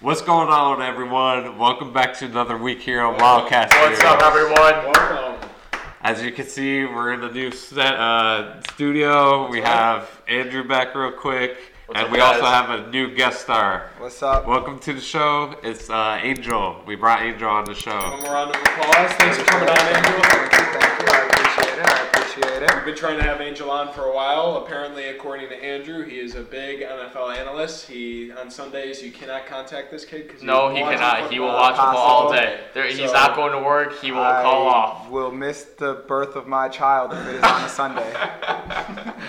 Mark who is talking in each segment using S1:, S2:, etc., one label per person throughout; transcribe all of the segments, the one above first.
S1: What's going on, everyone? Welcome back to another week here on Wildcast.
S2: What's
S1: Radio.
S2: up, everyone?
S1: As you can see, we're in the new set, uh, studio. We have Andrew back real quick,
S2: What's
S1: and
S2: up,
S1: we
S2: guys?
S1: also have a new guest star.
S3: What's up?
S1: Welcome to the show. It's uh, Angel. We brought Angel on the show.
S4: One more round of applause. Thanks for coming on, Angel.
S3: Thank you, thank you. I appreciate it. I appreciate it.
S4: We've been trying to have Angel on for a while. Apparently, according to Andrew, he is a big NFL analyst. He on Sundays you cannot contact this kid because
S2: No, he cannot. He will watch
S3: Possible.
S2: football all day. There, he's
S4: So-
S2: not going to work. He will call
S3: I
S2: off.
S3: Will miss the birth of my child if it is on a Sunday.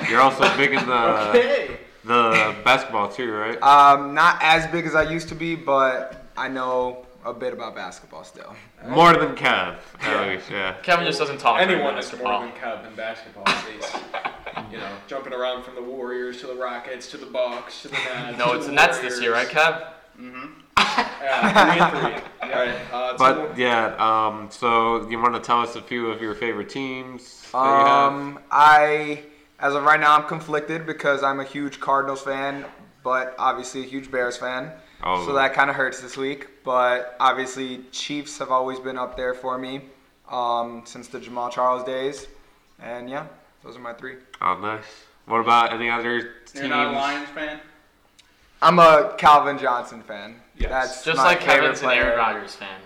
S1: You're also big in the
S4: Okay.
S1: the basketball too, right?
S3: um, not as big as I used to be, but I know a bit about basketball still.
S1: More than Kev, at least, yeah.
S2: Kevin just doesn't talk. during
S4: Anyone that's more
S2: basketball.
S4: than Cub in basketball, please. you know, jumping around from the Warriors to the Rockets to the Bucks to the Nets.
S2: No,
S4: to
S2: it's
S4: the
S2: the Nets this year, right,
S4: Warriors.
S2: Kev?
S4: Yeah, three and three. All right. Uh, two more.
S1: But yeah, um, so you want to tell us a few of your favorite teams? That you have?
S3: Um, I, as of right now, I'm conflicted because I'm a huge Cardinals fan, but obviously a huge Bears fan.
S1: Oh.
S3: So that kind of hurts this week. But obviously, Chiefs have always been up there for me um, since the Jamal Charles days. And yeah, those are my three.
S1: Oh, nice. What about any other teams?
S5: You're not a Lions fan?
S3: I'm a Calvin Johnson fan.
S4: Yes.
S3: That's
S2: Just
S3: my
S2: like
S3: favorite
S2: Kevin's an
S3: player.
S2: Aaron Rodgers fan.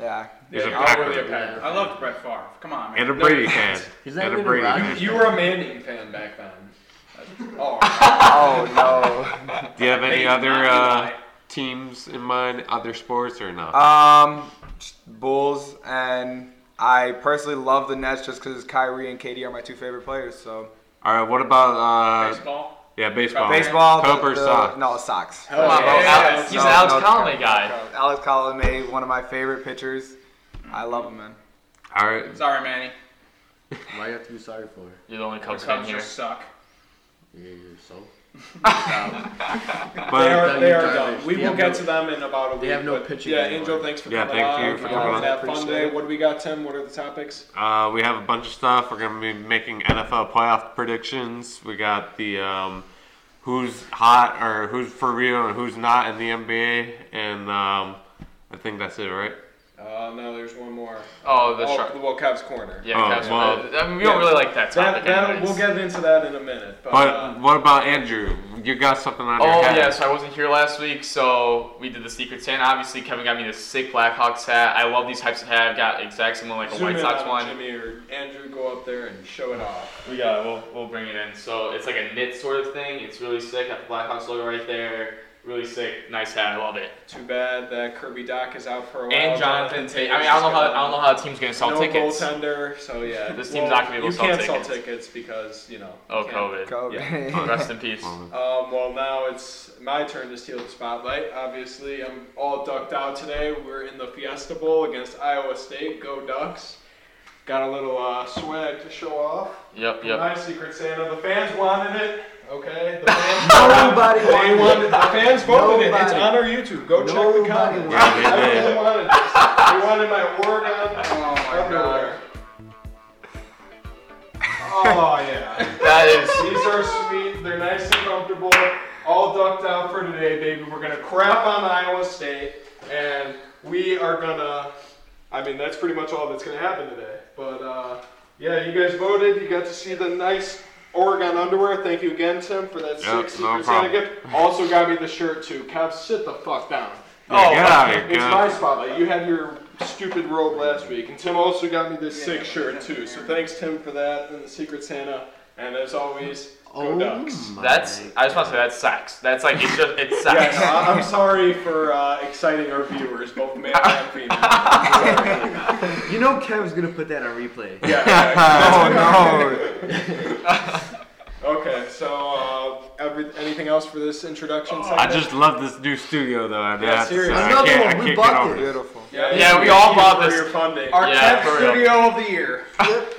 S3: Yeah.
S1: He's a
S4: Yeah, I'm
S1: Packer.
S4: really a Packer.
S5: I loved Brett Favre. Come on, man.
S1: And a Brady fan.
S6: Is that
S1: and a
S6: really
S1: Brady
S6: Rodgers?
S1: fan.
S4: You were a Manning fan back then. Oh,
S3: Oh no.
S1: Do you have any
S5: Hey,
S1: other
S5: Eli.
S1: uh, teams in mind, other sports or not?
S3: Um, Bulls and I personally love the Nets just because Kyrie and KD are my two favorite players. So
S1: All right, what about uh,
S5: Baseball?
S1: yeah, baseball?
S3: baseball. the-
S1: Cope or
S3: the-
S1: Sox?
S3: No, socks.
S4: Hell
S2: Come on, bro.
S4: Yeah.
S2: Alex, he's
S3: Oh, No,
S2: an Alex
S3: no,
S2: Colomay guy.
S3: Alex Colomay, one of my favorite pitchers. I love him, man.
S1: All right,
S5: Sorry, Manny.
S6: Why you have to be sorry for it?
S2: You're the only
S5: The
S2: Cubs fan
S5: Cubs
S2: here.
S5: just suck.
S6: Yeah, you're so.
S4: They
S1: but
S4: are, they are
S6: Garbage.
S4: done. We
S6: They
S4: will
S6: have
S4: get
S6: no-
S4: to them in about a week.
S6: they have no
S4: but
S6: pitching
S4: Yeah,
S6: anymore.
S4: Angel, thanks for
S1: Yeah,
S4: coming
S1: thank you
S4: on.
S1: for coming on.
S4: Have fun
S3: Appreciate
S4: day.
S3: it.
S4: What do we got, Tim? What are the topics?
S1: uh, we have a bunch of stuff. We're gonna be making NFL playoff predictions. We got the um, who's hot or who's for real and who's not in the NBA, and um, I think that's it, right?
S4: Uh, no, there's one more.
S2: Oh, the
S4: oh,
S2: shark.
S4: Well, Cavs corner.
S2: Yeah,
S1: Oh,
S2: Cavs.
S1: well-
S2: I mean, we don't really like that topic.
S4: That, that,
S2: anyways.
S4: we'll get into that in a minute. But,
S1: But
S4: uh,
S1: what about Andrew? You got something on
S2: Oh
S1: your head?
S2: yeah, so I wasn't here last week, so we did the Secret Santa. Obviously, Kevin got me this sick Blackhawks hat. I love these types of hat. I've got exact similar like a
S4: zoom
S2: White
S4: in
S2: Sox
S4: on
S2: one.
S4: Jimmy or Andrew, go up there and show it off.
S2: We got it. We'll, we'll bring it in. So it's like a knit sort of thing. It's really sick. Got the Blackhawks logo right there. Really sick. Nice hat. I love it.
S4: Too bad that Kirby Doc is out for a while.
S2: And Jonathan Tate. I mean, I don't know how I don't know how the team's gonna sell
S4: no
S2: tickets.
S4: goaltender, so yeah.
S2: This team's not gonna be able to sell
S4: You can't
S2: tickets.
S4: sell tickets because, you know.
S2: Oh,
S4: you can't.
S2: COVID.
S3: Kobe.
S2: Rest in peace.
S4: Um, well, now it's my turn to steal the spotlight. Obviously, I'm all ducked out today. We're in the Fiesta Bowl against Iowa State. Go Ducks! Got a little uh, swag to show off.
S2: Yep, yep.
S4: My Secret Santa. The fans wanted it. Okay. The fans
S3: Nobody
S4: They
S3: wanted
S4: wanted. The fans voted it. It's
S3: Nobody.
S4: on our YouTube. Go check the
S3: Nobody
S4: comments.
S3: wanted
S1: it.
S4: I really wanted this. They wanted my Oregon
S3: Oh
S4: underwear. Oh yeah.
S2: That is.
S4: These are sweet. They're nice and comfortable. All ducked out for today, baby. We're gonna crap on Iowa State, and we are gonna. I mean, that's pretty much all that's gonna happen today. But uh, yeah, you guys voted. You got to see the nice Oregon underwear. Thank you again, Tim, for
S1: Yep,
S4: that six
S1: no
S4: Secret Santa
S1: problem.
S4: gift. Also got me the shirt too. Kev, sit the fuck down.
S1: Yeah, get
S2: Oh,
S1: out of here,
S4: It's
S1: Kev.
S4: my spotlight. You had your stupid robe last week, and Tim also got me this sick shirt too. So thanks, Tim, for that and the Secret Santa. And as always,
S3: Oh.
S4: go Ducks.
S2: That's. I just want to say that's sex. That's like it's just it's
S4: Yeah,
S2: sex.
S4: no, I- I'm sorry for uh, exciting our viewers, both male and female. Sorry.
S6: You know Kevin's gonna put that on replay.
S4: Yeah, yeah.
S3: Oh
S4: Okay, so uh, every, anything else for this introduction?
S1: I
S4: segment?
S1: just love this new studio though. I, mean,
S4: Yeah,
S1: I have to say,
S4: seriously.
S1: I
S6: Another
S1: can't,
S6: one, we
S1: I can't get
S6: bought
S3: no!
S1: over this.
S3: Beautiful.
S2: Yeah, we
S4: thank
S2: all
S4: you
S2: bought
S4: for
S2: this.
S4: Your funding.
S5: Our
S2: Yeah,
S5: Kev
S2: for real.
S5: Studio of the Year.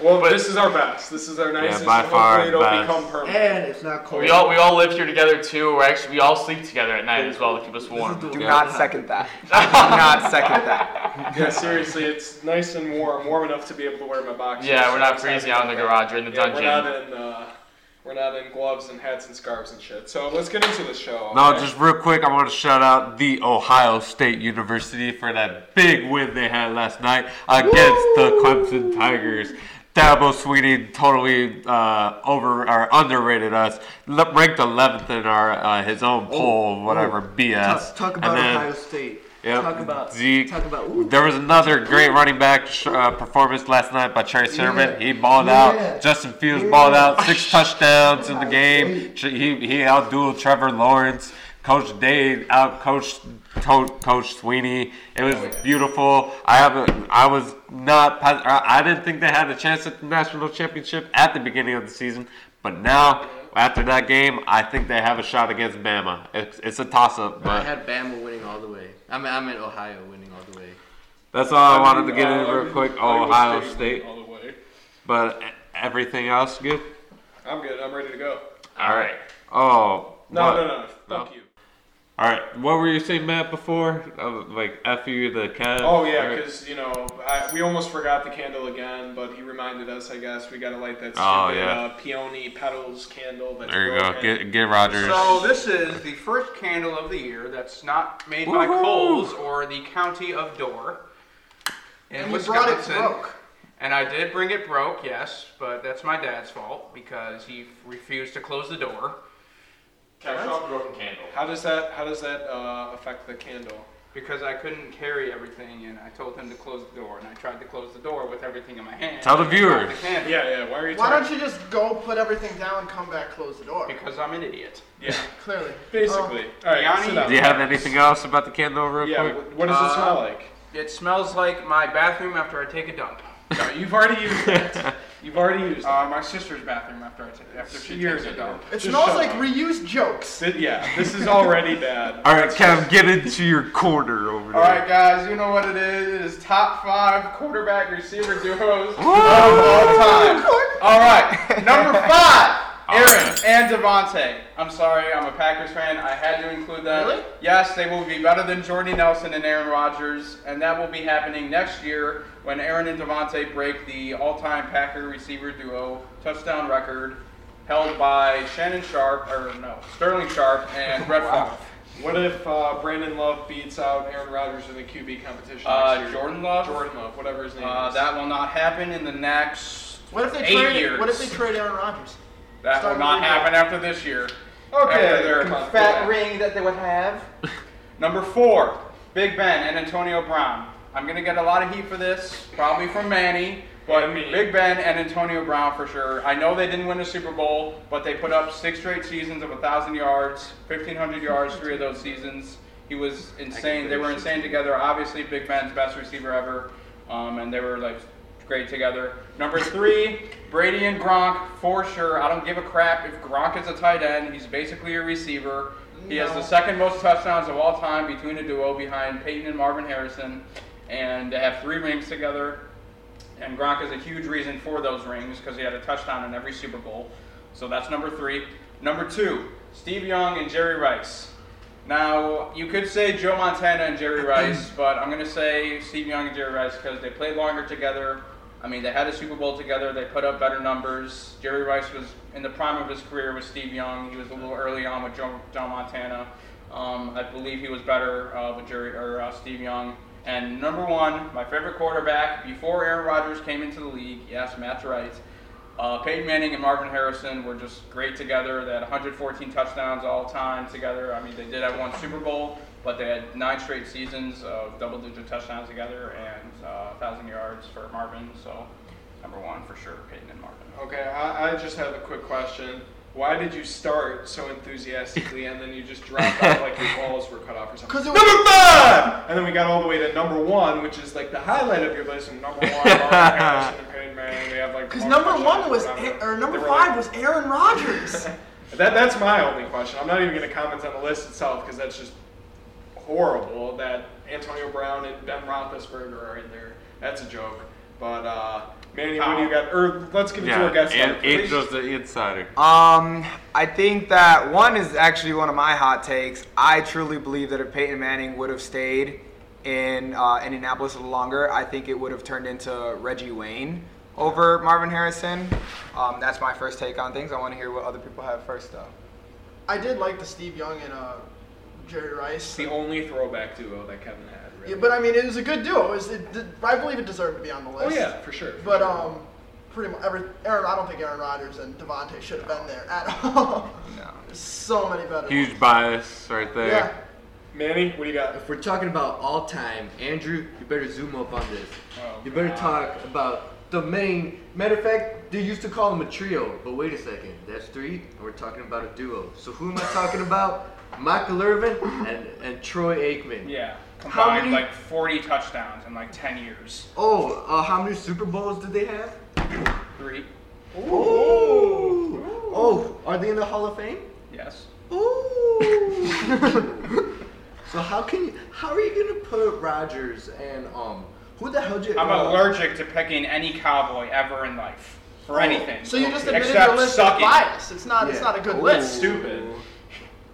S4: well,
S2: but-
S4: this is our best. This is our nicest.
S1: by
S4: and
S1: far
S4: Hopefully, it'll
S1: best.
S4: become permanent.
S6: And it's not cold.
S2: We all we all live here together too. We're actually we all sleep together at night as well to keep us warm.
S3: Do
S1: Yeah.
S3: not second that. Do not second that.
S4: Yeah, seriously, it's nice and warm, warm enough to be able to wear my boxers.
S2: Yeah, we're not
S4: So I'm
S2: freezing
S4: happy
S2: out in the
S4: about
S2: garage or in the
S4: that. Yeah,
S2: dungeon.
S4: we're not in. Uh, We're not in gloves and hats and scarves and shit. So let's get into the show.
S1: No,
S4: okay?
S1: just real quick, I want to shout out the Ohio State University for that big win they had last night against the Clemson Tigers. Dabo Sweeney totally uh, over or underrated us. Le- ranked 11th in our uh, his own poll, whatever
S7: Oh,
S1: BS.
S7: Talk, talk about
S1: And then-
S7: Ohio State.
S1: Yep.
S7: Talk about
S1: Zeke.
S7: Talk about. Ooh.
S1: There was another great running back sh- uh, performance last night by Trey Sermon.
S7: Yeah.
S1: He balled
S7: Yeah.
S1: out. Justin Fields balled out. Six touchdowns in the game. Tr- He he outdueled Trevor Lawrence. Coach Day outcoached to- Coach Sweeney. It was
S7: Oh,
S1: beautiful. I haven't. I was not. pos- I I didn't think they had a chance at the national championship at the beginning of the season, but now. After that game, I think they have a shot against Bama. It's, it's a toss-up,
S7: I
S1: but
S7: had Bama winning all the way. I mean, I meant Ohio winning all the way.
S1: that's all I wanted to get
S4: Uh,
S1: in real quick. oh,
S4: Iowa
S1: Ohio State.
S4: All the way.
S1: But e- everything else good?
S4: I'm good. I'm ready to go.
S1: All right. Oh.
S4: No,
S1: what-
S4: no, no, no. Fuck
S1: No.
S4: you.
S1: All right. What were you saying, Matt, before? Uh, like, F you, the cat.
S4: Oh yeah, because you know I, we almost forgot the candle again, but he reminded us. I guess we gotta light that stupid
S1: Oh, yeah.
S4: uh, peony petals candle. That's
S1: There you go.
S4: broken.
S1: Get, get Rogers.
S8: So this is the first candle of the year that's not made by
S1: Woohoo!
S8: Coles or the county of Door. In
S7: And you brought it
S8: Wisconsin.
S7: broke.
S8: And I did bring it broke, yes, but that's my dad's fault because he refused to close the door
S9: Can I show a broken candle?
S4: How does that? How does that uh, affect the candle?
S8: because I couldn't carry everything and I told him to close the door and I tried to close the door with everything in my hand.
S1: Tell the viewers.
S8: The candle,
S4: Yeah, yeah. Why are you?
S10: Why
S4: talking?
S10: don't you just go put everything down and come back, close the door?
S8: Because I'm an idiot.
S4: Yeah,
S10: Clearly.
S4: basically.
S10: Oh.
S4: All right,
S8: Yanni-
S4: sit down.
S1: Do you have anything else about the candle, real
S4: Yeah.
S1: quick?
S4: wh- What does it
S8: Uh,
S4: smell like?
S8: It smells like my bathroom after I take a dump.
S4: No, you've already used it. You've already used it.
S8: Uh, my sister's bathroom after I take after she
S4: years
S8: takes a
S4: ago.
S8: dump.
S10: It
S4: Just
S10: smells
S4: shut
S10: like
S4: up.
S10: reused jokes.
S4: Th- yeah, this is already bad.
S1: All right, Kev, get into your corner over there.
S8: All right, guys, you know what it is. It is top five quarterback receiver duos. All right, number five, Aaron and Devontae. I'm sorry, I'm a Packers fan. I had to include them.
S10: Really?
S8: Yes, they will be better than Jordy Nelson and Aaron Rodgers, and that will be happening next year when Aaron and Devontae break the all-time Packer receiver duo touchdown record held by Shannon Sharp, or no, Sterling Sharp and Brett Favre.
S4: What if uh, Brandon Love beats out Aaron Rodgers in the QB competition?
S8: Uh,
S4: next year?
S8: Jordan Love?
S4: Jordan Love, whatever his name
S8: Uh,
S4: is.
S8: that will not happen in the next
S10: What if they
S8: eight
S10: trade?
S8: years.
S10: What if they trade Aaron Rodgers?
S8: that will
S10: start
S8: not
S10: moving
S8: happen after this year.
S4: Okay,
S8: After
S4: come
S8: their
S4: on.
S8: fat
S4: Yeah.
S8: ring that they would have. Number four, Big Ben and Antonio Brown. I'm gonna get a lot of heat for this, probably from Manny, but
S4: And me.
S8: Big Ben and Antonio Brown for sure. I know they didn't win a Super Bowl, but they put up six straight seasons of thousand yards, fifteen hundred yards, three of those seasons. He was insane. They were insane together. Obviously, Big Ben's best receiver ever, um, and they were like great together. Number three, Brady and Gronk for sure. I don't give a crap if Gronk is a tight end. He's basically a receiver. He has the second most touchdowns of all time between a duo behind Peyton and Marvin Harrison, and they have three rings together. And Gronk is a huge reason for those rings because he had a touchdown in every Super Bowl. So that's number three. Number two, Steve Young and Jerry Rice. Now, you could say Joe Montana and Jerry Rice, but I'm going to say Steve Young and Jerry Rice because they played longer together. I mean, they had a Super Bowl together. They put up better numbers. Jerry Rice was in the prime of his career with Steve Young. He was a little early on with Joe, Joe Montana. Um, I believe he was better uh, with Jerry or uh, Steve Young. And number one, my favorite quarterback before Aaron Rodgers came into the league. Yes, Matt's right. Uh, Peyton Manning and Marvin Harrison were just great together. They had 114 touchdowns all time together. I mean, they did have one Super Bowl, but they had nine straight seasons of double-digit touchdowns together and uh, 1,000 yards for Marvin. So, number one for sure, Peyton and Marvin.
S4: Okay, I, I just have a quick question. Why did you start so enthusiastically and then you just dropped out like your balls were cut off or something?
S10: Because it was
S4: Number five! And then we got all the way to number one, which is like the highlight of your list. And number one, Marvin Harrison and Peyton Manning, they have like.
S10: because
S4: more
S10: number
S4: touchdowns
S10: one was
S4: whatever.
S10: or number
S4: They were like-
S10: five was Aaron Rodgers.
S4: That, that's my only question. I'm not even going to comment on the list itself because that's just horrible that Antonio Brown and Ben Roethlisberger are in there. That's a joke. But uh, Manny, what do you got? Or let's give it to
S1: Yeah.
S4: our guest.
S1: And
S4: now, please.
S1: Angel's the insider.
S3: Um, I think that one is actually one of my hot takes. I truly believe that if Peyton Manning would have stayed in uh, Indianapolis a little longer, I think it would have turned into Reggie Wayne. over Marvin Harrison. Um, that's my first take on things. I want to hear what other people have first, though.
S10: I did like the Steve Young and uh, Jerry
S8: It's
S10: Rice.
S8: the only throwback duo that Kevin had. Really.
S10: Yeah, but I mean, it was a good duo. It was, it, did- I believe it deserved to be on the list.
S8: oh yeah, for sure.
S10: But um, pretty much every Aaron. I don't think Aaron Rodgers and Devontae should have been there at all.
S3: No.
S10: There's so many better.
S1: Huge bias right there.
S10: ones. Yeah.
S4: Manny, what do you got?
S11: If we're talking about all time, Andrew, you better zoom up on this.
S8: Oh,
S11: you better talk about the main. Matter of fact, they used to call them a trio, but wait a second, that's three, and we're talking about a duo. So who am I talking about? Michael Irvin and, and Troy Aikman.
S8: yeah,
S11: How
S8: combined
S11: many-
S8: like 40 touchdowns in like 10 years.
S11: Oh, uh, how many Super Bowls did they have?
S8: Three.
S11: Ooh. Oh, are they in the Hall of Fame?
S8: Yes.
S11: Ooh. so how can you? How are you gonna put Rodgers and um? Who the hell did?
S8: I'm
S11: uh,
S8: allergic to picking any cowboy ever in life for anything.
S10: So you just admitted
S8: Except
S10: your list
S8: sucking.
S10: is biased. It's not. It's
S11: Yeah.
S10: not a good
S11: Ooh.
S10: list.
S2: Stupid.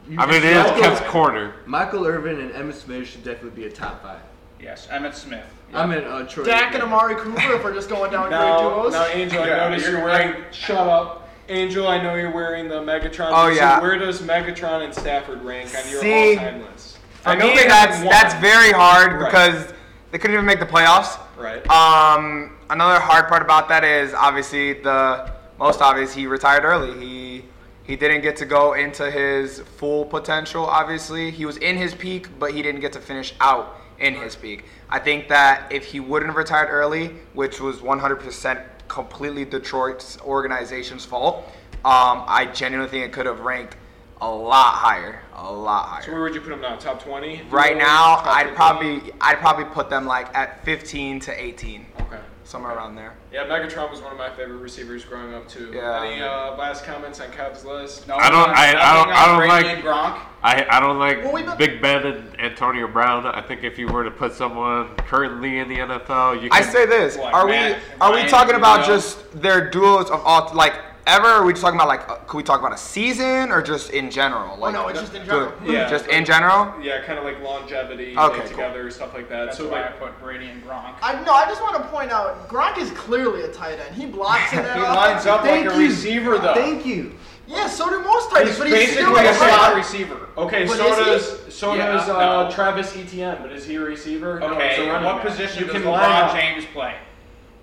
S11: you
S1: I mean, it
S11: just-
S1: is Kev's corner.
S11: Michael Irvin and Emmitt Smith should definitely be a top five.
S8: Yes, Emmett Smith.
S11: I'm in uh, Troy.
S10: Dak and
S11: Aikman.
S10: Amari Cooper. If we're just going down
S4: Now,
S10: great duos.
S4: now, Angel, I
S8: Yeah,
S4: notice
S8: you're
S4: you're wearing. Shut up, Angel. I know you're wearing the Megatron.
S3: Oh,
S4: jersey.
S3: yeah.
S4: Where does Megatron and Stafford rank on your
S3: See,
S4: all-time list?
S3: For
S4: I know
S3: me,
S4: they have
S3: that's
S4: one,
S3: that's very hard
S4: Right.
S3: because they couldn't even make the playoffs.
S4: right.
S3: Um, another hard part about that is obviously the most obvious. He retired early. He he didn't get to go into his full potential. Obviously, he was in his peak, but he didn't get to finish out in his peak. I think that if he wouldn't have retired early, which was 100% completely Detroit's organization's fault, um, I genuinely think it could have ranked a lot higher, a lot higher
S4: so where would you put him now? Top twenty.
S3: right now
S4: Top
S3: I'd
S4: 15?
S3: probably I'd probably put them like at 15 to 18
S4: Okay.
S3: somewhere around there.
S4: Yeah, Megatron was one of my favorite receivers growing up too.
S3: Yeah.
S4: Any uh, last comments on Kev's list?
S8: No,
S1: I don't-
S8: no,
S1: I- I don't- I don't
S8: nothing on
S1: like-
S8: Brady Gronk.
S1: I, I don't like
S10: Well, we bet-
S1: Big Ben and Antonio Brown. I think if you were to put someone currently in the NFL, you
S3: I
S1: can
S3: say this:
S8: Like
S3: Are
S8: Matt,
S3: we are we
S8: Ryan,
S3: talking about
S8: Julio.
S3: just their duos of all like ever? Or are we just talking about like uh, could we talk about a season or just in general? Like,
S10: Oh, no, it's just in
S3: good.
S10: general.
S4: Yeah.
S3: just in general.
S4: Yeah, kind of like longevity,
S3: Okay,
S4: like
S3: cool.
S4: together, stuff like that.
S8: That's
S4: so
S8: why I
S4: like,
S8: put Brady and Gronk.
S10: I no. I just want to point out Gronk is clearly a tight end. He blocks in that.
S8: He
S10: offense.
S8: lines up like
S11: Thank
S8: a
S11: you.
S8: receiver, though.
S11: Thank you.
S10: Yeah. So do most tight ends.
S8: he's
S10: But he's still
S8: basically a
S10: tight end.
S8: slot receiver.
S4: okay,
S10: But
S4: so
S10: is he?
S4: does so
S8: Yeah,
S4: does
S8: uh,
S4: uh,
S8: no.
S4: Travis Etienne, but is he a receiver? No,
S8: Okay,
S4: he's a
S8: in
S4: running
S8: what
S4: back.
S8: position
S4: You
S8: does
S4: can line
S8: LeBron
S4: up.
S8: James play?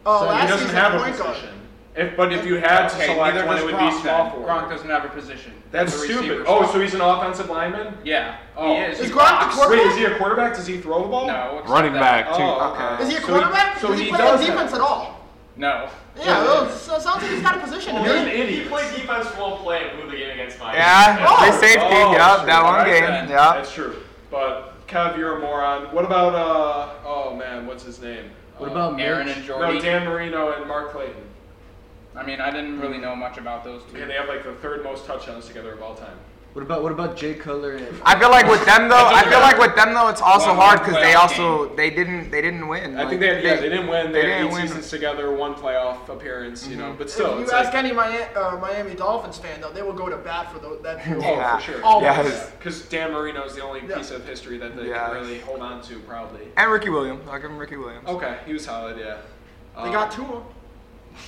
S10: Oh,
S4: So
S10: last
S4: he doesn't
S10: season,
S4: have a
S10: point guard.
S4: position. If but if you had to
S8: okay,
S4: select
S8: neither
S4: one,
S8: does
S4: it would
S8: Gronk,
S4: be small
S8: then.
S4: forward.
S8: Gronk doesn't have a position.
S4: That's
S8: He's a
S4: stupid.
S8: receiver.
S4: Oh, so he's an offensive lineman?
S8: yeah,
S4: Oh.
S8: he is.
S10: Is
S8: He
S10: Gronk the
S8: blocks.
S10: quarterback?
S4: Wait, is he a quarterback? Does he throw the ball?
S8: No, except
S1: running
S8: that-
S1: back too.
S4: Oh, okay.
S10: Is he a
S4: So
S10: quarterback?
S4: So
S10: does
S4: he,
S10: he, play
S4: does
S10: on
S4: that.
S10: defense at all?
S8: No.
S10: Yeah. well, so it sounds like he's got a position. to
S2: You're
S10: me.
S2: an idiot. He played defense for one play and blew the game against Miami.
S3: Yeah,
S10: Oh,
S3: they saved
S4: oh,
S3: yeah,
S4: sure,
S3: that one
S8: right
S3: game,
S8: then.
S3: yeah.
S4: That's true. But Kev, you're a moron. What about uh? Oh man, what's his name?
S11: What
S4: Uh,
S11: about
S8: Aaron
S11: Mitch?
S8: and
S4: No,
S8: Jordy.
S4: Dan Marino and Mark Clayton.
S8: I mean, I didn't really know much about those two.
S4: Yeah, they have like the third most touchdowns together of all time.
S11: What about what about Jay Cutler and?
S3: I feel like with them though, I feel like with them though, it's also
S8: One
S3: hard because they
S8: playoff
S3: also they didn't they didn't win.
S4: I
S3: Like,
S4: think they had, yeah, they didn't win. They,
S3: they
S4: had
S3: didn't
S4: eight
S3: win.
S4: seasons together, one playoff appearance, you know. But
S10: If
S4: still,
S10: you
S4: it's like,
S10: ask any Miami, uh, Miami Dolphins fan though, they will go to bat for tho- that. duo.
S4: oh,
S3: Yeah.
S4: for sure.
S10: Always.
S3: Yes.
S4: Because Dan Marino is the only
S10: Yeah.
S4: piece of history that they
S3: Yes.
S4: can really hold on to, probably.
S3: And Ricky Williams. I'll give him Ricky Williams.
S4: Okay, he was solid, yeah. Um,
S10: They got two of them.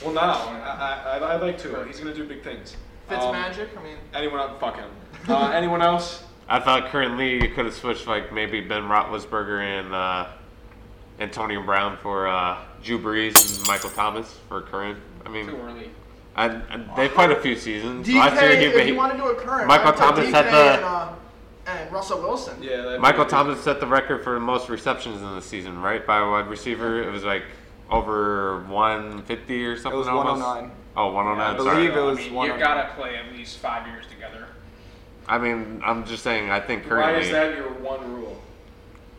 S4: Well, now I, I, I, I like Tua. He's gonna do big things.
S10: Fitz
S4: Um,
S10: magic. I mean,
S4: Anyone else? Fuck him. Uh, anyone else?
S1: I thought currently you could have switched like maybe Ben Roethlisberger and uh, Antonio Brown for uh, Drew Brees and Michael Thomas for current. I mean,
S8: Too early.
S1: and, and they played a few seasons. Last year
S10: DK.
S1: he,
S10: If
S1: he-
S10: you want to do a current,
S1: Michael
S10: I'd put
S1: Thomas
S10: DK
S1: had the-
S10: and, uh, and Russell Wilson.
S4: Yeah. that'd be
S1: Michael
S4: good.
S1: Thomas set the record for the most receptions in the season, right? By a wide receiver, it was like over 150 or something.
S3: was
S1: almost.
S3: 109.
S1: Oh, 109.
S3: I
S1: sorry.
S3: believe it was
S8: I mean,
S3: one.
S8: You've
S3: of-
S8: got to play at least five years together
S1: I mean, I'm just saying. I think
S4: Why
S1: currently.
S4: is that your one rule?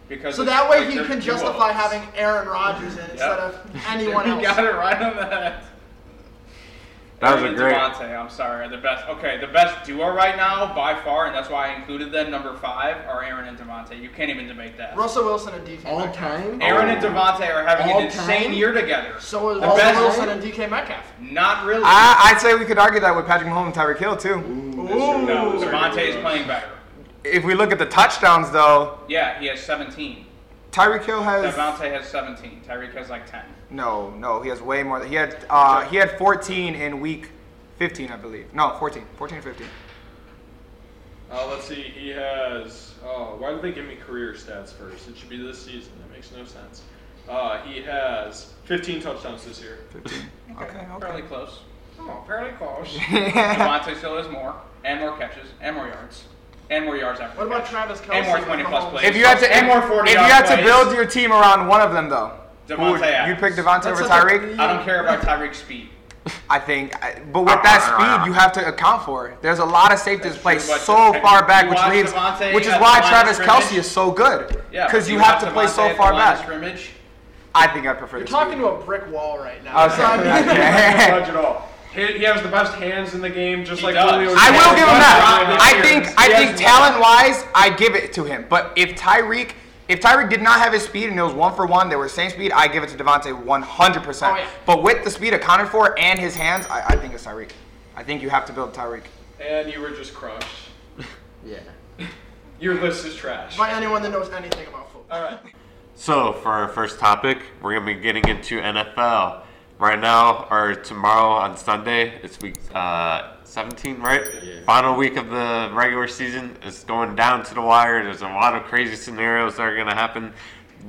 S8: because.
S10: So
S8: it's
S10: that way
S8: like
S10: he
S8: they're
S10: can
S8: duos.
S10: justify having Aaron Rodgers in instead of anyone
S8: You got
S10: else.
S8: it right on the head.
S1: That was a
S8: Aaron and
S1: great-
S8: Devontae, I'm sorry, are the best. Okay, the best duo right now by far, and that's why I included them. Number five are Aaron and Devontae. You can't even debate that.
S10: Russell Wilson and DK.
S11: all
S10: Metcalf.
S11: time?
S8: Aaron
S3: Oh.
S8: and Devontae are having
S11: All
S8: an insane
S11: time?
S8: year together.
S10: So is
S8: The
S10: Russell
S8: best-
S10: Wilson and DK Metcalf.
S8: Not really.
S3: I, I'd say we could argue that with Patrick Mahomes and Tyreek Hill too.
S8: no, Devontae is playing better.
S3: If we look at the touchdowns though,
S8: Yeah, he has 17.
S3: Tyreek Hill has
S8: Devontae has 17. Tyreek has like 10.
S3: no, no. He has way more. He had uh, he had 14 in week 15, I believe. No, 14, 14, 15.
S4: Uh, let's see. He has. Oh, why did they give me career stats first? It should be this season. That makes no sense. Uh, he has 15 touchdowns this year.
S3: 15. Okay,
S8: Fairly
S3: okay.
S8: close. Oh, fairly close. Devontae still has more, and more catches, and more yards, and more yards after.
S10: What
S8: the
S10: about
S8: catch.
S10: Travis Kelce?
S8: And more 20 plus plays.
S3: If you had to,
S8: and more 40
S3: if you
S8: yard
S3: had to
S8: plays,
S3: build your team around one of them though, who would-
S8: Devontae Adams.
S3: you'd pick Devontae
S10: That's
S3: over
S10: such a-
S3: Tyreek.
S8: I don't care about Tyreek's speed.
S3: I think, I- but
S8: Uh,
S3: with that speed, you have to account for it. There's a lot of safeties
S8: That's
S3: played
S8: true, but
S3: so
S8: have
S3: far
S8: you-
S3: back,
S8: you
S3: which
S8: watched
S3: leaves,
S8: Devontae
S3: which is
S8: at
S3: why
S8: the line of
S3: Travis Kelsey
S8: scrimmage?
S3: is so good.
S8: Yeah,
S3: because
S8: but
S3: you
S8: watch
S3: have to play
S8: Devontae
S3: so
S8: at the
S3: far
S8: line of
S3: back.
S8: Scrimmage.
S3: I think I prefer.
S10: You're
S3: the
S10: talking
S3: speed.
S10: to a brick wall right now.
S3: Okay.
S10: So, I mean,
S4: Judge it all. He, he has the best hands in the game, just
S8: He
S4: like
S8: does.
S4: Julio.
S3: I will
S4: Jones.
S3: give him that.
S4: Best
S3: I
S4: drive
S3: think
S4: this
S3: I
S4: year.
S3: think talent wise, I give it to him. But if Tyreek if Tyreek did not have his speed and it was one for one, they were the same speed, I give it to Devontae 100%.
S10: Oh, yeah.
S3: But with the speed accounted for and his hands, I, I think it's Tyreek. I think you have to build Tyreek.
S4: And you were just crushed.
S11: Yeah.
S4: Your list is trash.
S10: By anyone that knows anything about football.
S4: All right.
S1: So, for our first topic, we're going to be getting into NFL. Right now, or tomorrow on Sunday, it's week uh, 17, right? Final week of the regular season is going down to the wire. There's a lot of crazy scenarios that are going to happen.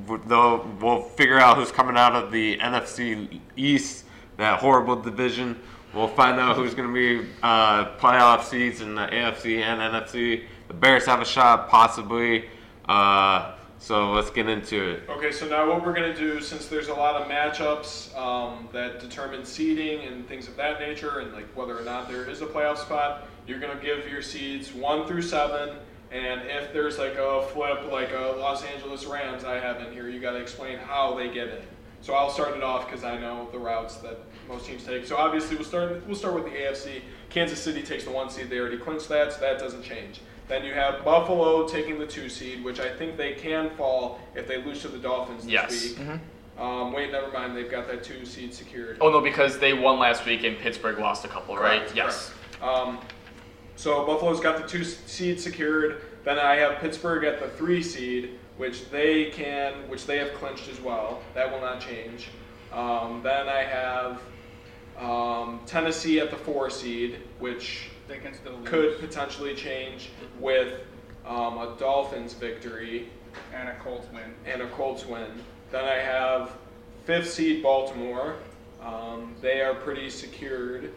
S1: W- Though we'll figure out who's coming out of the NFC East, that horrible division. We'll find out who's going to be uh, playoff seeds in the AFC and NFC. The Bears have a shot, possibly. Uh, so let's get into it.
S4: Okay, so now what we're going to do, since there's a lot of matchups um, that determine seeding and things of that nature, and like whether or not there is a playoff spot, you're going to give your seeds one through seven. And if there's like a flip, like a Los Angeles Rams, I have in here, you got to explain how they get in. So I'll start it off because I know the routes that most teams take. So obviously we'll start we'll start with the AFC. Kansas City takes the one seed. They already clinched that, so that doesn't change. Then you have Buffalo taking the two seed, which I think they can fall if they lose to the Dolphins this
S2: Yes. Mm-hmm.
S4: week. Um, wait, never mind. They've got that two seed secured.
S2: Oh no, because they won last week and Pittsburgh lost a couple, right?
S4: Correct,
S2: Yes.
S4: correct. Um, so Buffalo's got the two seed secured. Then I have Pittsburgh at the three seed, which they can, which they have clinched as well. That will not change. Um, then I have um, Tennessee at the four seed, which
S8: They can still lose.
S4: could potentially change with um, a Dolphins victory
S8: And a Colts win.
S4: and a Colts win. Then I have fifth seed Baltimore. Um, they are pretty secured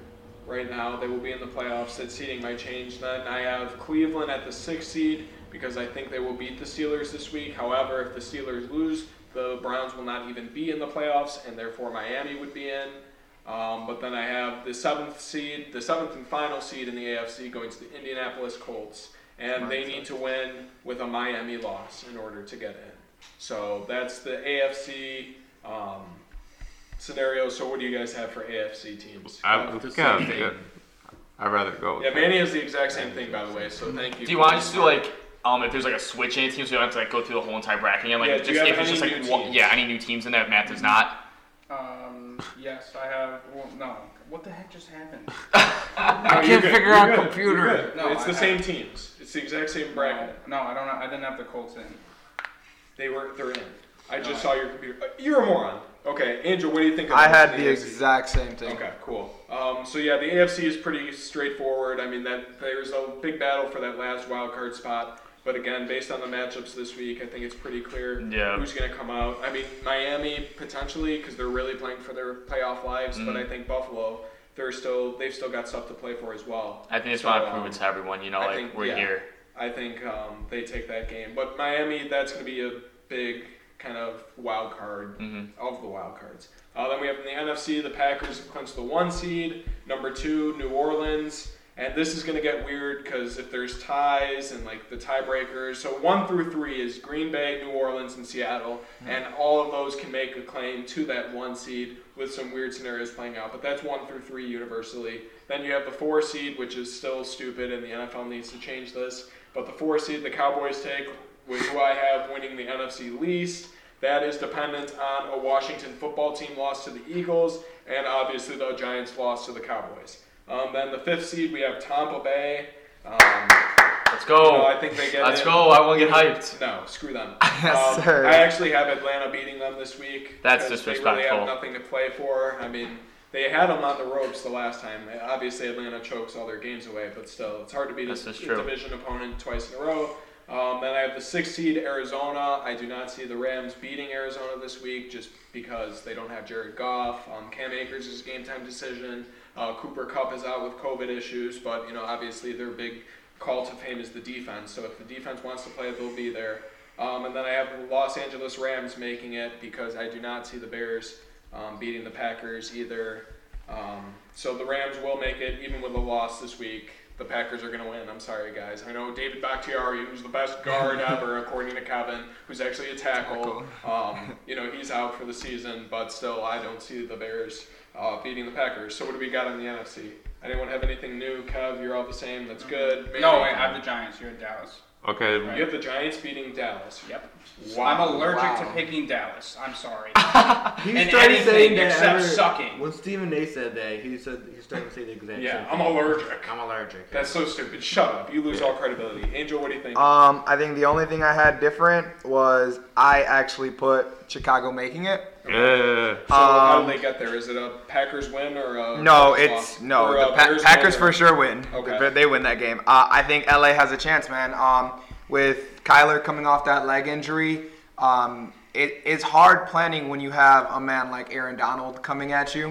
S4: right now. They will be in the playoffs. That seeding might change. Then I have Cleveland at the sixth seed because I think they will beat the Steelers this week. However, if the Steelers lose, the Browns will not even be in the playoffs, and therefore Miami would be in. Um, but then I have the seventh seed, the seventh and final seed in the AFC going to the Indianapolis Colts, and they need to win with a Miami loss in order to get in. So that's the AFC um, scenario. So what do you guys have for AFC teams?
S1: I,
S4: Uh,
S1: yeah, yeah. I'd rather go. with
S4: yeah, Manny has the exact same thing, by the way. So thank you.
S2: Do you want to just do like um if there's like a switch in a team, so you don't have to like go through the whole entire bracket again? Like
S4: Yeah, do
S2: just
S4: you have
S2: if it's
S4: any
S2: just like
S4: new Mm-hmm.
S2: one,
S4: teams?
S2: yeah, any new teams in there? if Matt does not.
S8: Um, yes, I have. Well, no. What the heck just happened?
S1: I can't figure out computer.
S8: No,
S4: it's
S8: I-
S4: the
S8: I-
S4: same teams. It's the exact same bracket.
S8: No, I don't. I didn't have the Colts in.
S4: They were they're in. I just saw your computer. Uh, You're a moron. Okay, Angel, what do you think? Of
S3: I had the
S4: AFC?
S3: exact same thing.
S4: Okay, cool. Um, so yeah, the AFC is pretty straightforward. I mean, that there's a big battle for that last wild card spot. But again, based on the matchups this week, I think it's pretty clear
S2: Yeah.
S4: who's going to come out. I mean, Miami potentially because they're really playing for their playoff lives. But I think Buffalo, they're still they've still got stuff to play for as well.
S2: I think they just
S4: So,
S2: want to
S4: um,
S2: prove it to everyone. You know,
S4: I
S2: like
S4: think-
S2: we're
S4: yeah.
S2: here.
S4: I think um, they take that game. But Miami, that's going to be a big kind of wild card of the wild cards. Uh, then we have in the NFC, the Packers have clinched the one seed. Number two, New Orleans. And this is going to get weird because if there's ties and like the tiebreakers, so one through three is Green Bay, New Orleans, and Seattle, and all of those can make a claim to that one seed with some weird scenarios playing out. But that's one through three universally. Then you have the four seed, which is still stupid, and the NFL needs to change this. But the four seed the Cowboys take, which who I have winning the NFC least, that is dependent on a Washington football team loss to the Eagles, and obviously the Giants loss to the Cowboys. Um, then the fifth seed we have Tampa Bay. Um,
S2: Let's go.
S4: No, I think they get
S2: Let's
S4: in.
S2: go. I want to get hyped.
S4: No, screw them.
S3: Yes,
S4: Um,
S3: sir.
S4: I actually have Atlanta beating them this week.
S2: That's
S4: because They really
S2: disrespectful.
S4: have nothing to play for. I mean, they had them on the ropes the last time. Obviously, Atlanta chokes all their games away, but still, it's hard to beat
S2: This
S4: a
S2: is true.
S4: division opponent twice in a row. Um, then I have the sixth seed Arizona. I do not see the Rams beating Arizona this week just because they don't have Jared Goff. Um, Cam Akers is a game time decision. Uh, Cooper Cup is out with COVID issues, but you know obviously their big call to fame is the defense. So if the defense wants to play, they'll be there. Um, and then I have the Los Angeles Rams making it because I do not see the Bears um, beating the Packers either. Um, so the Rams will make it, even with a loss this week. The Packers are going to win. I'm sorry, guys. I know David Bakhtiari, who's the best guard ever, according to Kevin, who's actually a tackle. Um, you know, he's out for the season, but still, I don't see the Bears uh, beating the Packers. So what do we got in the NFC? Anyone have anything new? Kev, you're all the same.
S8: Mm-hmm.
S4: That's good. Manny?
S2: No,
S4: I
S2: wait,
S4: have the Giants. You're in Dallas.
S1: Okay,
S4: You have the Giants beating Dallas.
S8: Yep.
S4: Wow.
S8: I'm allergic to
S3: Wow.
S8: picking Dallas. I'm sorry.
S11: He
S8: And
S11: started
S8: anything
S11: saying that
S8: except
S11: ever-
S8: sucking.
S11: When Stephen A said that, he said he started to say the exact
S4: Yeah,
S11: same
S4: I'm
S11: thing.
S4: allergic.
S11: I'm allergic.
S4: That's so stupid. Shut up. You lose all credibility. Angel, what do you think?
S3: Um, I think the only thing I had different was I actually put Chicago making it.
S1: yeah.
S4: So how
S3: Um,
S4: did they get there? Is it a Packers win or a
S3: No,
S4: Bears
S3: it's
S4: loss?
S3: no.
S4: Or a
S3: The pa-
S4: Bears
S3: Packers
S4: win
S3: for
S4: or-
S3: sure win.
S4: Okay.
S3: They- They win that game. Uh, I think LA has a chance, man. Um, with Kyler coming off that leg injury, um, it, it's hard planning when you have a man like Aaron Donald coming at you.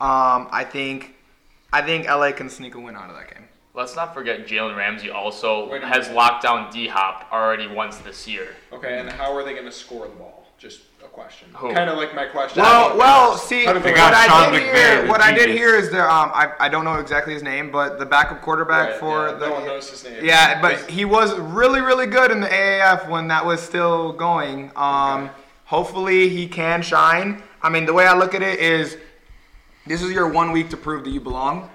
S3: Um, I think, I think LA can sneak a win out of that game.
S2: Let's not forget Jalen Ramsey also
S4: Wait a
S2: has locked down D Hop already once this year.
S4: Okay, and how are they going to score the ball? Just a question.
S2: Who?
S4: Kind of like my question.
S3: Well, well, see,
S1: How did
S3: what
S1: they got
S3: I
S1: Sean
S3: did
S1: McVay,
S3: hear,
S1: the
S3: what I did
S1: genius?
S3: hear is there. Um, I, I don't know exactly his name, but the backup quarterback
S4: Right,
S3: for
S4: yeah,
S3: the
S4: no one knows his name.
S3: Yeah, but he was really, really good in the AAF when that was still going. Um, Hopefully, he can shine. I mean, the way I look at it is, this is your one week to prove that you belong,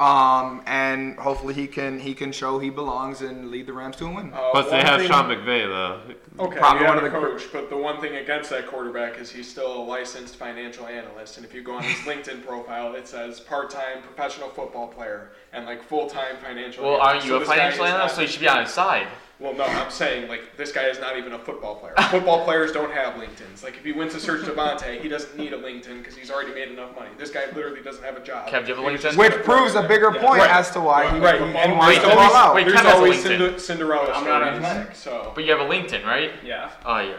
S3: um, and hopefully, he can he can show he belongs and lead the Rams to a win.
S4: Uh,
S1: Plus, they
S4: one
S1: have
S4: thing-
S1: Sean McVay, though.
S4: Okay,
S3: Probably
S4: you
S3: one
S4: have
S3: of
S4: a
S3: the cr-
S4: coach, but the one thing against that quarterback is he's still a licensed financial analyst. And if you go on his LinkedIn profile, it says part-time professional football player and like full-time financial.
S2: Well,
S4: analyst.
S2: aren't you
S4: So
S2: a
S4: this guy
S2: financial
S4: is not-
S2: analyst? So you should be on his side.
S4: Well, no, I'm saying like this guy is not even a football player. Football players don't have LinkedIn's. Like if he went to search Devontae, he doesn't need a LinkedIn because he's already made enough money. This guy literally doesn't have a job.
S2: Kev, do you have a
S4: He's
S2: LinkedIn?
S4: just-
S3: Which proves a bigger point
S4: Right.
S3: as to why he,
S4: Right.
S3: he, he wants
S2: Wait,
S3: to ball out.
S2: wait,
S4: There's
S2: Kev has a
S4: always
S2: LinkedIn.
S4: Cinder- Cinderella
S8: I'm not
S4: stories,
S8: athletic.
S4: So,
S2: But you have a LinkedIn, right?
S8: yeah.
S2: Oh yeah, yeah.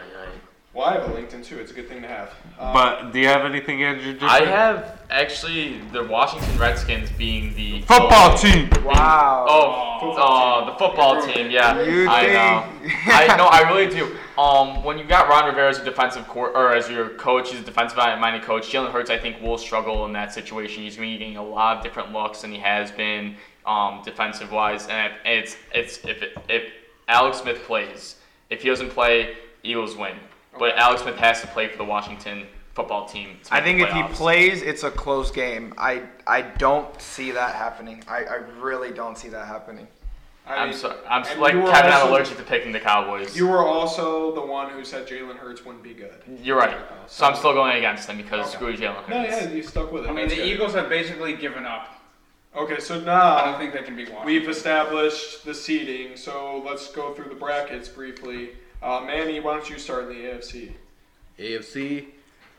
S4: well, I have a LinkedIn too. It's a good thing to have. Uh,
S1: But do you have anything, Andrew?
S2: I
S1: different?
S2: have actually the Washington Redskins being the
S4: Oh.
S1: football team.
S3: Wow.
S2: Oh,
S4: Football
S2: uh, the football team. Yeah,
S3: You
S2: I
S3: think-
S2: know. I know. I really do. Um, when you got Ron Rivera as a defensive court or as your coach, he's a defensive-minded coach. Jalen Hurts, I think, will struggle in that situation. He's going to be getting a lot of different looks than he has been um, defensive-wise, and if- it's it's if it, if Alex Smith plays, if he doesn't play, Eagles win. But Alex Smith has to play for the Washington football team. to
S3: I
S2: make
S3: think
S2: the
S3: if he
S2: playoffs.
S3: plays, it's a close game. I I don't see that happening. I, I really don't see that happening.
S4: I
S2: I'm
S4: mean,
S2: sorry. I'm s-
S4: and
S2: like
S4: you were
S2: Kevin. I'm
S4: also-
S2: allergic to picking the Cowboys.
S4: You were also the one who said Jalen Hurts wouldn't be good.
S2: You're right. So I'm still going against them because screw Jalen
S4: No,
S2: Hurts.
S4: yeah, you stuck with it.
S8: I mean,
S4: That's
S8: the
S4: good.
S8: Eagles have basically given up.
S4: Okay, so
S8: I don't
S4: now
S8: think they can be one.
S4: we've established the seeding. So let's go through the brackets briefly. Uh, Manny, why don't you start in the AFC?
S11: AFC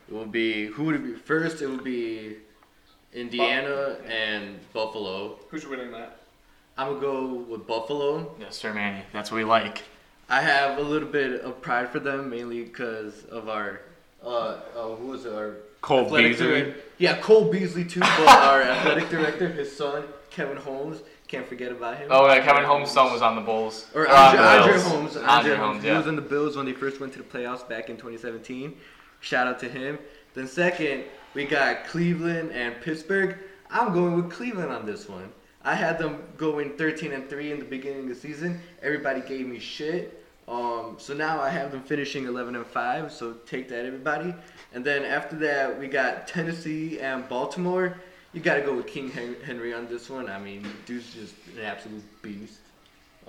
S11: will be who would it be first? It would be Indiana and Buffalo.
S4: Who's winning that?
S11: I'm gonna go with Buffalo.
S2: Yes, sir, Manny. That's what we like.
S11: I have a little bit of pride for them, mainly because of our, uh, uh, who was our
S1: Cole
S11: athletic
S1: Beasley.
S11: direct- Yeah, Cole Beasley too, but our athletic director, his son Kevin Holmes, can't forget about him.
S2: Oh, yeah, Kevin Holmes' son was on the Bulls.
S11: Or
S2: on
S11: Andre,
S2: the
S11: Andre
S2: Ah, Bills.
S11: Holmes. Andre,
S2: Andre
S11: Holmes.
S2: Holmes,
S11: He was
S2: yeah.
S11: in the Bills when they first went to the playoffs back in 2017. Shout out to him. Then second, we got Cleveland and Pittsburgh. I'm going with Cleveland on this one. I had them going 13 and three in the beginning of the season. Everybody gave me shit. Um, so now I have them finishing 11 and five. So take that, everybody. And then after that, we got Tennessee and Baltimore. You got to go with King Hen- Henry on this one. I mean, dude's just an absolute beast.